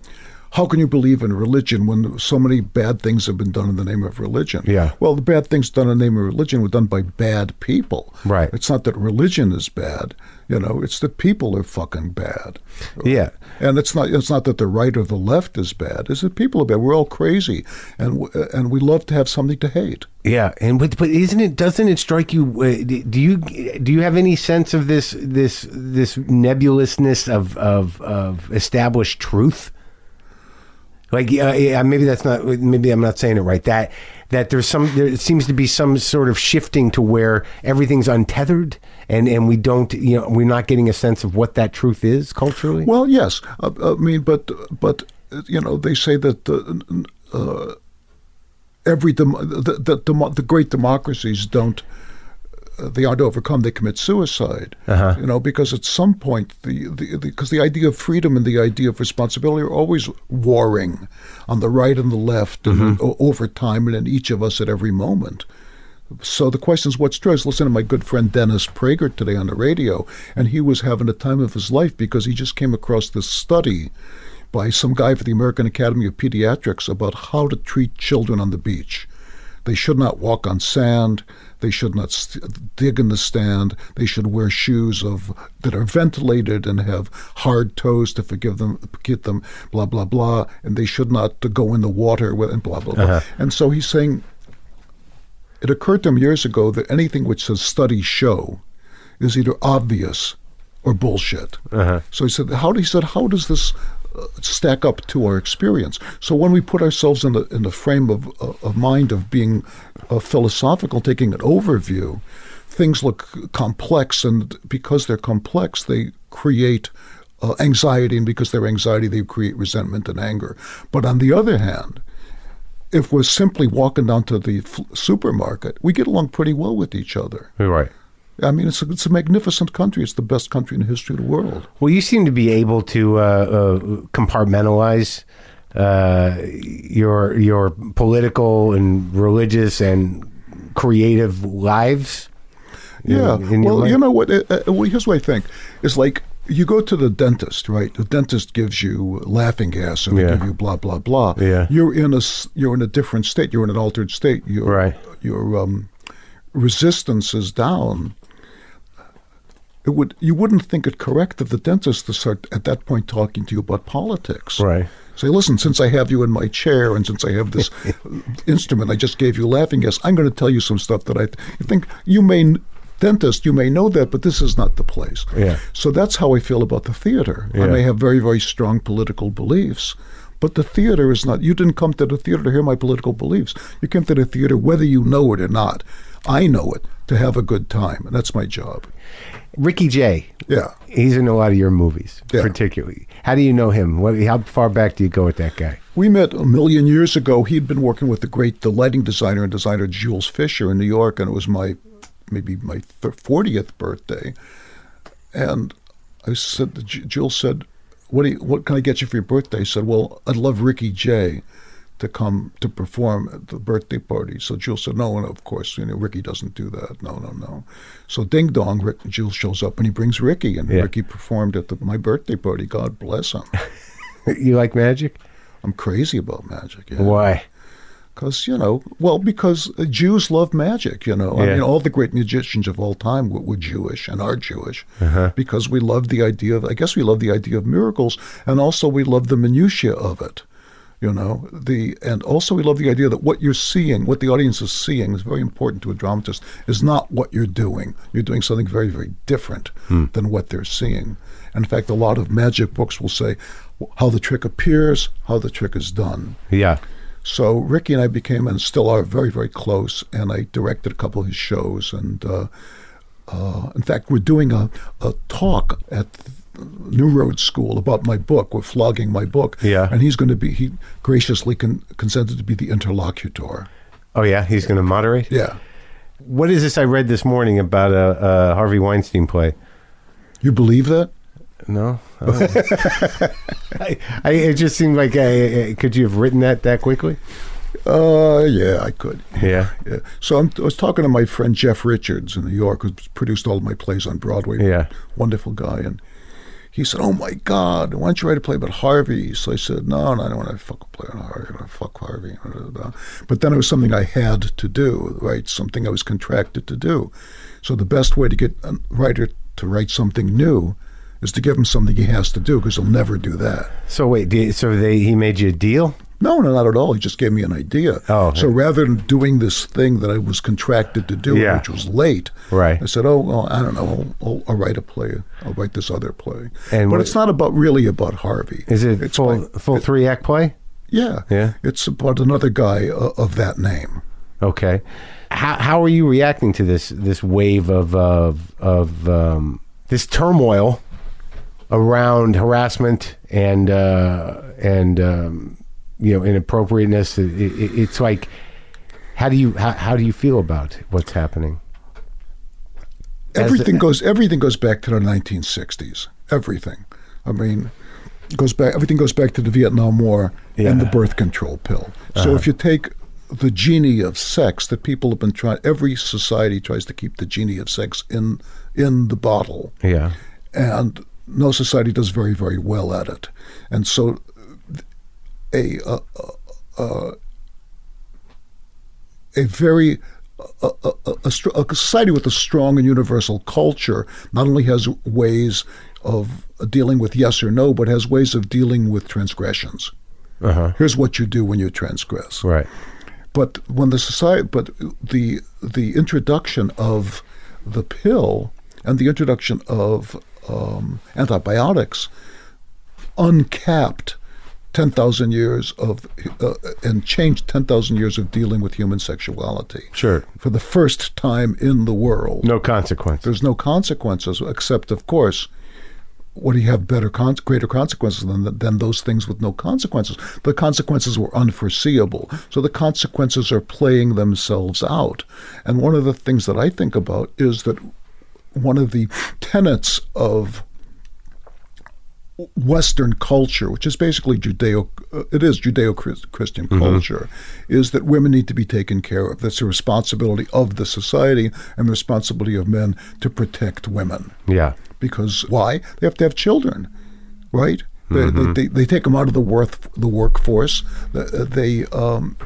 Speaker 4: how can you believe in religion when so many bad things have been done in the name of religion?"
Speaker 3: Yeah.
Speaker 4: Well, the bad things done in the name of religion were done by bad people.
Speaker 3: Right.
Speaker 4: It's not that religion is bad. You know, it's that people are fucking bad.
Speaker 3: Yeah.
Speaker 4: And it's not it's not that the right or the left is bad. It's that people are bad. We're all crazy, and w- and we love to have something to hate.
Speaker 3: Yeah, and but, but isn't it? Doesn't it strike you? Uh, d- do you do you have any sense of this this this nebulousness of of, of established truth? Like uh, yeah, maybe that's not maybe I'm not saying it right. That that there's some there seems to be some sort of shifting to where everything's untethered and and we don't you know we're not getting a sense of what that truth is culturally.
Speaker 4: Well, yes, I, I mean, but but uh, you know, they say that uh, n- uh, every dem- the, the, demo the great democracies don't uh, they aren't overcome; they commit suicide. You know, because at some point, the the because the, idea of freedom and the idea of responsibility are always warring on the right and the left, and o- over time, and in each of us at every moment. So the question is, what's true? I was listening to my good friend Dennis Prager today on the radio, and he was having the time of his life because he just came across this study by some guy for the American Academy of Pediatrics about how to treat children on the beach. They should not walk on sand. They should not st- dig in the sand. They should wear shoes of that are ventilated and have hard toes to forgive them, get them, blah blah blah. And they should not go in the water with and blah blah blah. And so he's saying, it occurred to him years ago that anything which says studies show is either obvious or bullshit. So he said, how he said, how does this uh, stack up to our experience? So when we put ourselves in the in the frame of, uh, of mind of being uh, philosophical, taking an overview, things look complex, and because they're complex, they create. Uh, anxiety, and because they're anxiety, they create resentment and anger. But on the other hand, if we're simply walking down to the f- supermarket, we get along pretty well with each other.
Speaker 3: Right.
Speaker 4: I mean, it's a, it's a magnificent country. It's the best country in the history of the world.
Speaker 3: Well, you seem to be able to uh, uh, compartmentalize uh, your your political and religious and creative lives. in-
Speaker 4: Yeah.
Speaker 3: in your
Speaker 4: well,
Speaker 3: life.
Speaker 4: you know what? uh, uh, well, here's what I think. It's like you go to the dentist, right? The dentist gives you laughing gas and
Speaker 3: Yeah.
Speaker 4: they give you blah blah blah.
Speaker 3: Yeah.
Speaker 4: You're in a s- you're in a different state. You're in an altered state. Your
Speaker 3: Right.
Speaker 4: Your um, resistance is down. It would you wouldn't think it correct of the dentist to start at that point talking to you about politics.
Speaker 3: Right.
Speaker 4: Say, listen, since I have you in my chair and since I have
Speaker 3: *laughs*
Speaker 4: this instrument I just gave you laughing gas, I'm going to tell you some stuff that I th- you think you may, dentist, you may know that, but this is not the place.
Speaker 3: Yeah.
Speaker 4: So that's how I feel about the theater. I
Speaker 3: Yeah.
Speaker 4: may have very, very strong political beliefs, but the theater is not, you didn't come to the theater to hear my political beliefs. You came to the theater whether you know it or not. I know it to have a good time, and that's my job.
Speaker 3: Ricky Jay.
Speaker 4: Yeah.
Speaker 3: He's in a lot of your movies,
Speaker 4: Yeah.
Speaker 3: particularly. How do you know him? What, how far back do you go with that
Speaker 4: *laughs*
Speaker 3: guy?
Speaker 4: We met a million years ago. He'd been working with the great the lighting designer and designer Jules Fisher in New York, and it was my maybe my fortieth birthday. And I said, to Ju- Jules said, "What do you, what can I get you for your birthday?" He said, "Well, I'd love Ricky Jay to come to perform at the birthday party." So Jules said, "No, and of course, you know, Ricky doesn't do that. No, no, no." So ding dong, Rick, Jules shows up and he brings Ricky, and
Speaker 3: Yeah.
Speaker 4: Ricky performed at the, my birthday party. God bless him.
Speaker 3: you like magic?
Speaker 4: I'm crazy about magic. Yeah.
Speaker 3: Why?
Speaker 4: Because you know, well, because uh, Jews love magic. You know, I
Speaker 3: Yeah.
Speaker 4: mean, all the great magicians of all time were, were Jewish and are Jewish because we love the idea of. I guess we love the idea of miracles, and also we love the minutia of it. You know, the and also we love the idea that what you're seeing, what the audience is seeing, is very important to a dramatist. Is not what you're doing. You're doing something very, very different than what they're seeing. And in fact, a lot of magic books will say w- how the trick appears, how the trick is done.
Speaker 3: Yeah.
Speaker 4: So Ricky and I became and still are very, very close. And I directed a couple of his shows. And uh, uh, in fact, we're doing a, a talk at New Road School about my book. We're flogging my book.
Speaker 3: Yeah.
Speaker 4: And he's going to be, he graciously con- consented to be the interlocutor.
Speaker 3: Oh, yeah. He's going to moderate?
Speaker 4: Yeah.
Speaker 3: What is this I read this morning about a, a Harvey Weinstein play?
Speaker 4: You believe that?
Speaker 3: *laughs* No. Oh. I, I, it just seemed like I, I- could you have written that that quickly?
Speaker 4: Uh, yeah, I could.
Speaker 3: Yeah.
Speaker 4: Yeah. So I'm, I was talking to my friend Jeff Richards in New York, who's produced all of my plays on Broadway.
Speaker 3: Yeah.
Speaker 4: Wonderful guy. And he said, Oh my God, why don't you write a play about Harvey? So I said, No, no, I don't want to fuck a play on Harvey. I don't fuck Harvey. *laughs* blah, blah, blah. But then it was something I had to do, right? Something I was contracted to do. So the best way to get a writer to write something new is to give him something he has to do because he'll never do that.
Speaker 3: So wait, did, so they he made you a deal?
Speaker 4: No, no, not at all. He just gave me an idea.
Speaker 3: Oh.
Speaker 4: So rather than doing this thing that I was contracted to do,
Speaker 3: Yeah.
Speaker 4: which was late,
Speaker 3: Right.
Speaker 4: I said, oh, well, I don't know. I'll, I'll, I'll write a play. I'll write this other play.
Speaker 3: And
Speaker 4: but
Speaker 3: what-
Speaker 4: it's not about really about Harvey.
Speaker 3: Is it
Speaker 4: It's
Speaker 3: full
Speaker 4: my-
Speaker 3: full three act play?
Speaker 4: yeah.
Speaker 3: Yeah.
Speaker 4: It's about another guy uh, of that name.
Speaker 3: Okay. How how are you reacting to this this wave of of of um, this turmoil around harassment and uh, and um, you know inappropriateness? It, it, it's like how do you how, how do you feel about what's happening? As-
Speaker 4: everything goes everything goes back to the 1960s everything i mean it goes back everything goes back to the vietnam war and the
Speaker 3: Yeah. Uh-huh.
Speaker 4: birth control pill so if you take the genie of sex that people have been trying every society tries to keep the genie of sex in in the bottle
Speaker 3: Yeah.
Speaker 4: and no society does very very well at it and so th- a uh, uh, uh, a very a, a, a, a str- a society with a strong and universal culture not only has ways of dealing with yes or no, but has ways of dealing with transgressions. Here's what you do when you transgress.
Speaker 5: Right.
Speaker 4: But when the society, but the the introduction of the pill and the introduction of um, antibiotics uncapped ten thousand years of uh, and changed ten thousand years of dealing with human sexuality.
Speaker 5: Sure.
Speaker 4: For the first time in the world,
Speaker 5: No consequence.
Speaker 4: there's no consequences except, of course. What do you have better, con- greater consequences than than those things with no consequences? The consequences were unforeseeable, so the consequences are playing themselves out. And one of the things that I think about is that one of the tenets of Western culture, which is basically Judeo, uh, it is Judeo-Christian culture, is that women need to be taken care of. That's the responsibility of the society and the responsibility of men to protect women.
Speaker 5: Yeah.
Speaker 4: Because why? They have to have children, right? They, they, they, they take them out of the worth, the workforce. The- They um,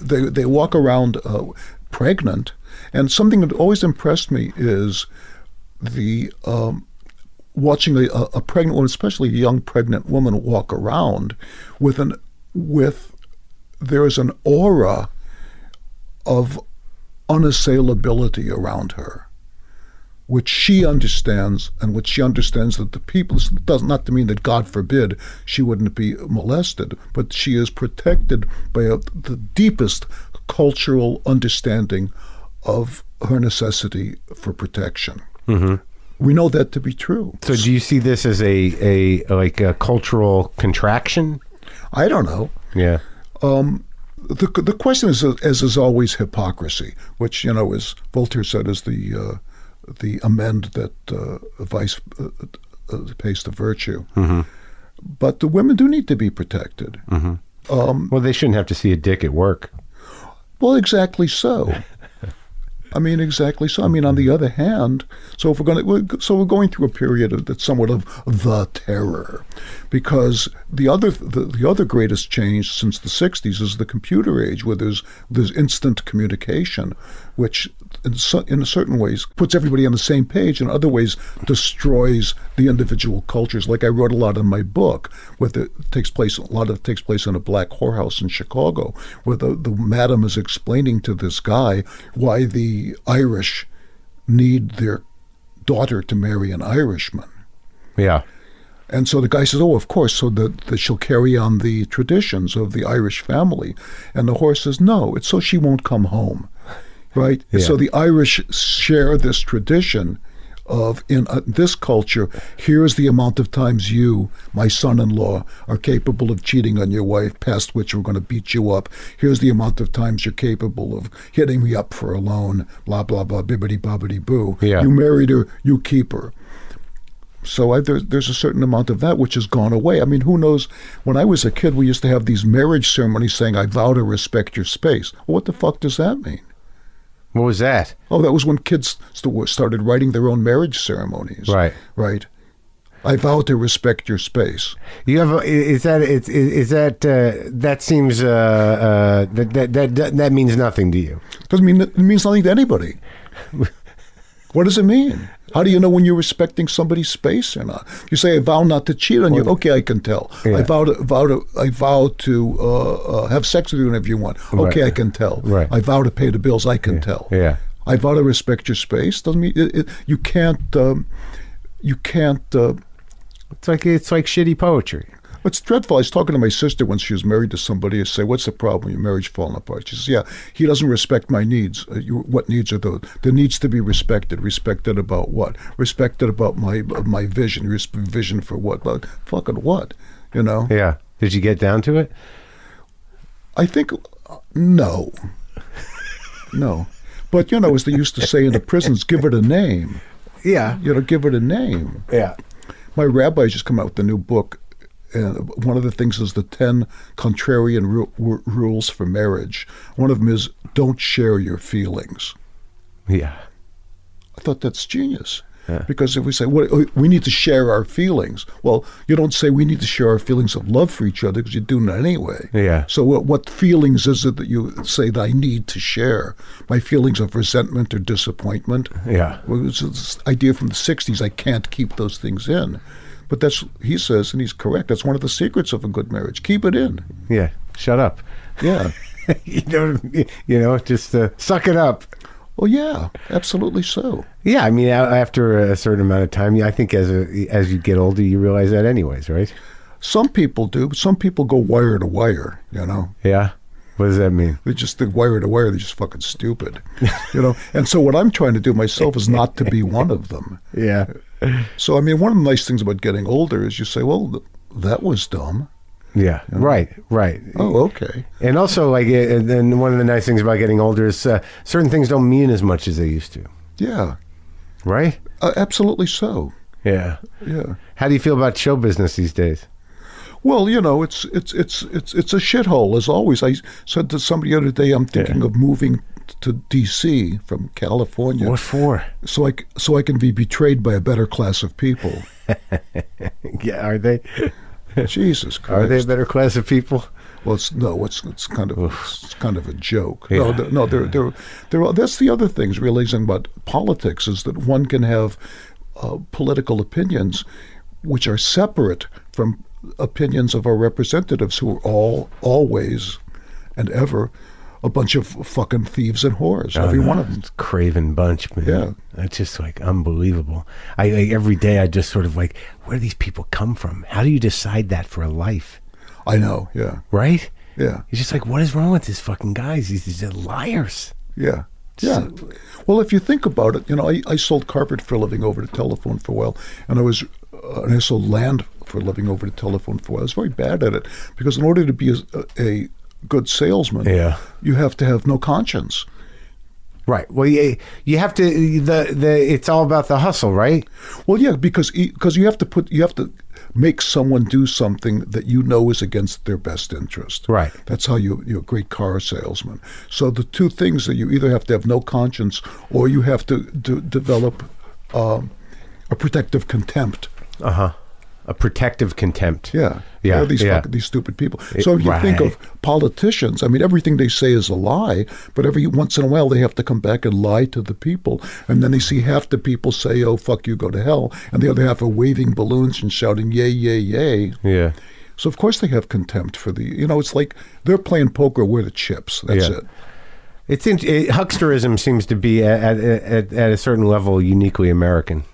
Speaker 4: they they walk around uh, pregnant. And something that always impressed me is the um, watching a, a pregnant woman, especially a young pregnant woman, walk around with an with there is an aura of unassailability around her, which she understands, and which she understands that the people this does not to mean that God forbid she wouldn't be molested, but she is protected by a, the deepest cultural understanding of her necessity for protection. We know that to be true.
Speaker 5: So do you see this as a a like a cultural contraction?
Speaker 4: I don't know.
Speaker 5: Yeah.
Speaker 4: the the question is as is always hypocrisy, which you know is Voltaire said is the uh, the amend that uh, vice uh, uh, pays to virtue. But the women do need to be protected. Um,
Speaker 5: Well, they shouldn't have to see a dick at work.
Speaker 4: Well, exactly so. I mean, exactly so. I mean, on the other hand, so if we're going to, so we're going through a period of, that's somewhat of the terror, because the other the, the other greatest change since the '60s is the computer age, where there's there's instant communication, which in, so, in certain ways puts everybody on the same page, in other ways destroys the individual cultures. Like I wrote a lot in my book, where the, takes place a lot of it takes place in a black whorehouse in Chicago, where the, the madam is explaining to this guy why the Irish need their daughter to marry an Irishman.
Speaker 5: Yeah.
Speaker 4: And so the guy says, "Oh, of course, so that, that she'll carry on the traditions of the Irish family." And the horse says, "No, it's so she won't come home, right?" And So
Speaker 5: Yeah.
Speaker 4: the Irish share this tradition of in uh, this culture. Here is the amount of times you, my son-in-law, are capable of cheating on your wife, past which we're going to beat you up. Here's the amount of times you're capable of hitting me up for a loan. Blah blah blah, bibbity bobbity boo.
Speaker 5: Yeah.
Speaker 4: You married her, you keep her. So I, there, there's a certain amount of that which has gone away. I mean, who knows? When I was a kid, we used to have these marriage ceremonies saying, "I vow to respect your space." Well, what the fuck does that mean?
Speaker 5: What was that?
Speaker 4: Oh, that was when kids st- started writing their own marriage ceremonies.
Speaker 5: Right.
Speaker 4: Right. I vow to respect your space.
Speaker 5: You have a, is that it's is, is that uh, that seems uh, uh, that, that that that that means nothing to you.
Speaker 4: Doesn't mean it means nothing to anybody. *laughs* what does it mean? How do you know when you're respecting somebody's space or not? You say I vow not to cheat on you. Okay, I can tell.
Speaker 5: Yeah.
Speaker 4: I vow to vow to I vow to uh, uh, have sex with you whenever you want. Okay,
Speaker 5: Right.
Speaker 4: I can tell.
Speaker 5: Right.
Speaker 4: I vow to pay the bills. I can tell.
Speaker 5: Yeah.
Speaker 4: I vow to respect your space. Doesn't mean it, it, you can't. Um, you can't. Uh,
Speaker 5: It's like it's like shitty poetry.
Speaker 4: What's dreadful, I was talking to my sister when she was married to somebody. I say, What's the problem? Your marriage falling apart. She says, Yeah, he doesn't respect my needs. Uh, you, what needs are those? The needs to be respected. Respected about what? Respected about my uh, my vision. Res- vision for what? But fucking what? You know?
Speaker 5: Yeah. Did you get down to it?
Speaker 4: I think, uh, no. no. But, you know, as they used to say in the prisons, give it a name.
Speaker 5: Yeah.
Speaker 4: You know, give it a name.
Speaker 5: Yeah.
Speaker 4: My rabbi's just come out with a new book, and one of the things is the ten contrarian ru- w- rules for marriage. One of them is don't share your feelings.
Speaker 5: Yeah.
Speaker 4: I thought that's genius. Because if we say what, we need to share our feelings, well, you don't say we need to share our feelings of love for each other because you're doing it anyway.
Speaker 3: Yeah.
Speaker 4: So what, what feelings is it that you say that I need to share? My feelings of resentment or disappointment.
Speaker 3: Yeah.
Speaker 4: Well, it's this idea from the '60s. I can't keep those things in. But that's he says, and he's correct. That's one of the secrets of a good marriage. Keep it in.
Speaker 3: Yeah. Shut up.
Speaker 4: Yeah.
Speaker 3: *laughs* you know, what I mean? you know, just uh, suck it up.
Speaker 4: Well, yeah, absolutely so.
Speaker 3: Yeah, I mean, a- after a certain amount of time, yeah, I think as a, as you get older, you realize that, anyways, right?
Speaker 4: Some people do, but some people go wire to wire. You know,
Speaker 3: Yeah. What does that mean?
Speaker 4: they just think wire to wire. They're just fucking stupid. You know, and so what I'm trying to do myself is not to be one of them.
Speaker 3: Yeah.
Speaker 4: So I mean, one of the nice things about getting older is you say, well, th- that was dumb.
Speaker 3: Yeah. Right. Right.
Speaker 4: Oh, okay.
Speaker 3: And also, like, uh, and then one of the nice things about getting older is uh, certain things don't mean as much as they used to,
Speaker 4: Yeah,
Speaker 3: right?
Speaker 4: uh, absolutely so.
Speaker 3: Yeah.
Speaker 4: Yeah.
Speaker 3: How do you feel about show business these days?
Speaker 4: Well, you know, it's it's it's it's it's a shithole as always. I said to somebody the other day, I'm thinking of moving t- to D.C. from California.
Speaker 3: for?
Speaker 4: so I c- so I can be betrayed by a better class of people.
Speaker 3: Yeah, are they
Speaker 4: Jesus
Speaker 3: are
Speaker 4: Christ!
Speaker 3: they a better class of people?
Speaker 4: Well, it's, no, it's it's kind of it's kind of a joke. No, th- no, there there there. are- That's the other things realizing about politics is that one can have uh, political opinions which are separate from opinions of our representatives, who are all always and ever a bunch of fucking thieves and whores. every one of them.
Speaker 3: It's craven bunch, man.
Speaker 4: Yeah.
Speaker 3: That's just like unbelievable. I like, every day I just sort of like, where do these people come from? How do you decide that for a life?
Speaker 4: I know. Yeah.
Speaker 3: Right?
Speaker 4: Yeah.
Speaker 3: It's just like, what is wrong with these fucking guys? These, these are liars.
Speaker 4: Yeah. Yeah. Well, if you think about it, you know, I, I sold carpet for a living over to telephone for a while, and I was, uh, and I sold land for a living over to telephone for a while. I was very bad at it because in order to be a, a good salesman,
Speaker 3: Yeah.
Speaker 4: you have to have no conscience.
Speaker 3: Right. Well, you, you have to the the it's all about the hustle, right?
Speaker 4: Well, yeah, because because you have to put you have to make someone do something that you know is against their best interest.
Speaker 3: Right.
Speaker 4: That's how you you're a great car salesman. So the two things that you either have to have no conscience or you have to d- develop um, a protective contempt.
Speaker 3: Uh-huh. A protective contempt.
Speaker 4: Yeah.
Speaker 3: Yeah,
Speaker 4: All these
Speaker 3: yeah.
Speaker 4: fucking these stupid people. So if you think
Speaker 3: right.
Speaker 4: of politicians, I mean everything they say is a lie, but every once in a while they have to come back and lie to the people. And then they see half the people say, Oh fuck you, go to hell and the other half are waving balloons and shouting, Yay, yay, yay.
Speaker 3: Yeah.
Speaker 4: So of course they have contempt for the you know, it's like they're playing poker, we're the chips. That's
Speaker 3: Yeah.
Speaker 4: it.
Speaker 3: It's in, it, hucksterism seems to be at, at, at, at a certain level uniquely American. *laughs*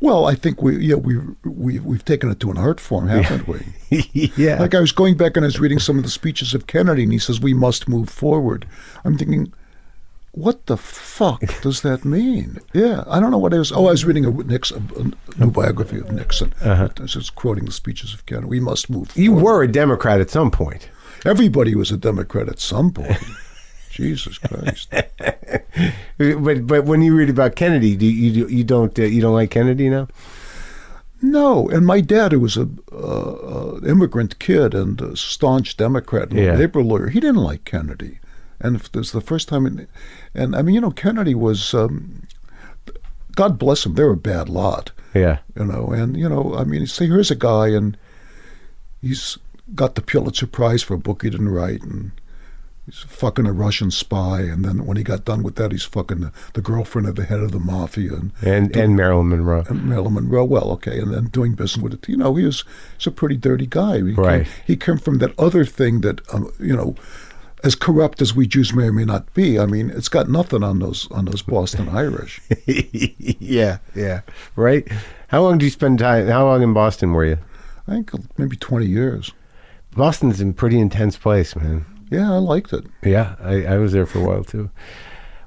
Speaker 4: Well, I think we yeah, we we we've taken it to an art form, haven't we?
Speaker 3: *laughs* yeah.
Speaker 4: Like I was going back and I was reading some of the speeches of Kennedy, and he says we must move forward. I'm thinking, what the fuck does that mean? Yeah, I don't know what I was. Oh, I was reading a Nixon, a new biography of Nixon. I was just quoting the speeches of Kennedy. We must move.
Speaker 3: you
Speaker 4: forward.
Speaker 3: were a Democrat at some point.
Speaker 4: Everybody was a Democrat at some point. Jesus Christ.
Speaker 3: But but when you read about Kennedy, do you you, you don't uh, you don't like Kennedy now?
Speaker 4: No, and my dad, who was a uh, uh, immigrant kid and a staunch Democrat and
Speaker 3: Yeah.
Speaker 4: a labor lawyer, he didn't like Kennedy, and if this is the first time. In, and I mean, you know, Kennedy was. Um, God bless him. They're a bad lot,
Speaker 3: Yeah.
Speaker 4: you know. And you know, I mean, say here's a guy, and he's got the Pulitzer Prize for a book he didn't write, and he's fucking a Russian spy. And then when he got done with that, he's fucking the, the girlfriend of the head of the mafia, and
Speaker 3: And and Marilyn Monroe.
Speaker 4: and Marilyn Monroe. Well, okay, and then doing business with it. You know, he was he's a pretty dirty guy. He
Speaker 3: Right.
Speaker 4: Came, he came from that other thing that um, you know, as corrupt as we Jews may or may not be. I mean, it's got nothing on those on those
Speaker 3: *laughs*
Speaker 4: Boston Irish.
Speaker 3: yeah, yeah. Right? How long do you spend time how long in Boston were you?
Speaker 4: I think maybe twenty years.
Speaker 3: Boston's a pretty intense place, man.
Speaker 4: Yeah, I liked it.
Speaker 3: Yeah, I, I was there for a while too.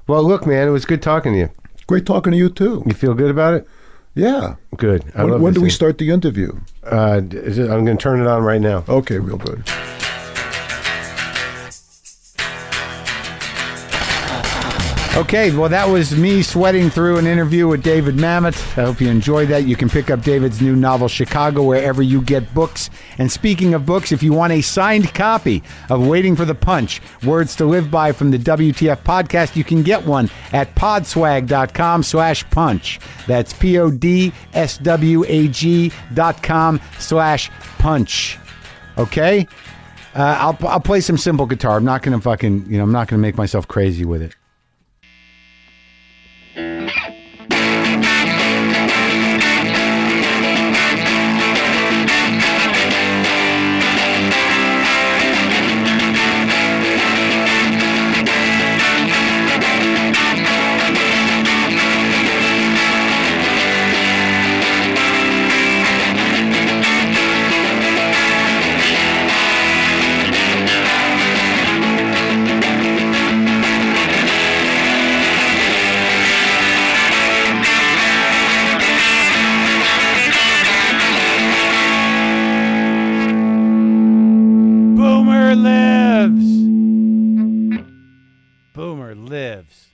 Speaker 3: Well, look, man, it was good talking to you.
Speaker 4: Great talking to you too.
Speaker 3: You feel good about it?
Speaker 4: Yeah.
Speaker 3: Good. I
Speaker 4: When,
Speaker 3: love
Speaker 4: when
Speaker 3: this
Speaker 4: do we
Speaker 3: thing.
Speaker 4: start the interview?
Speaker 3: Uh, d- is it- I'm going to turn it on right now.
Speaker 4: Okay, real good.
Speaker 1: Okay, well, that was me sweating through an interview with David Mamet. I hope you enjoyed that. You can pick up David's new novel, Chicago, wherever you get books. And speaking of books, if you want a signed copy of Waiting for the Punch, Words to Live By from the WTF podcast, you can get one at podswag.com slash punch. That's P-O-D-S-W-A-G dot com slash punch. Okay? Uh, I'll, I'll play some simple guitar. I'm not going to fucking, you know, I'm not going to make myself crazy with it.
Speaker 6: Boomer lives. Boomer lives.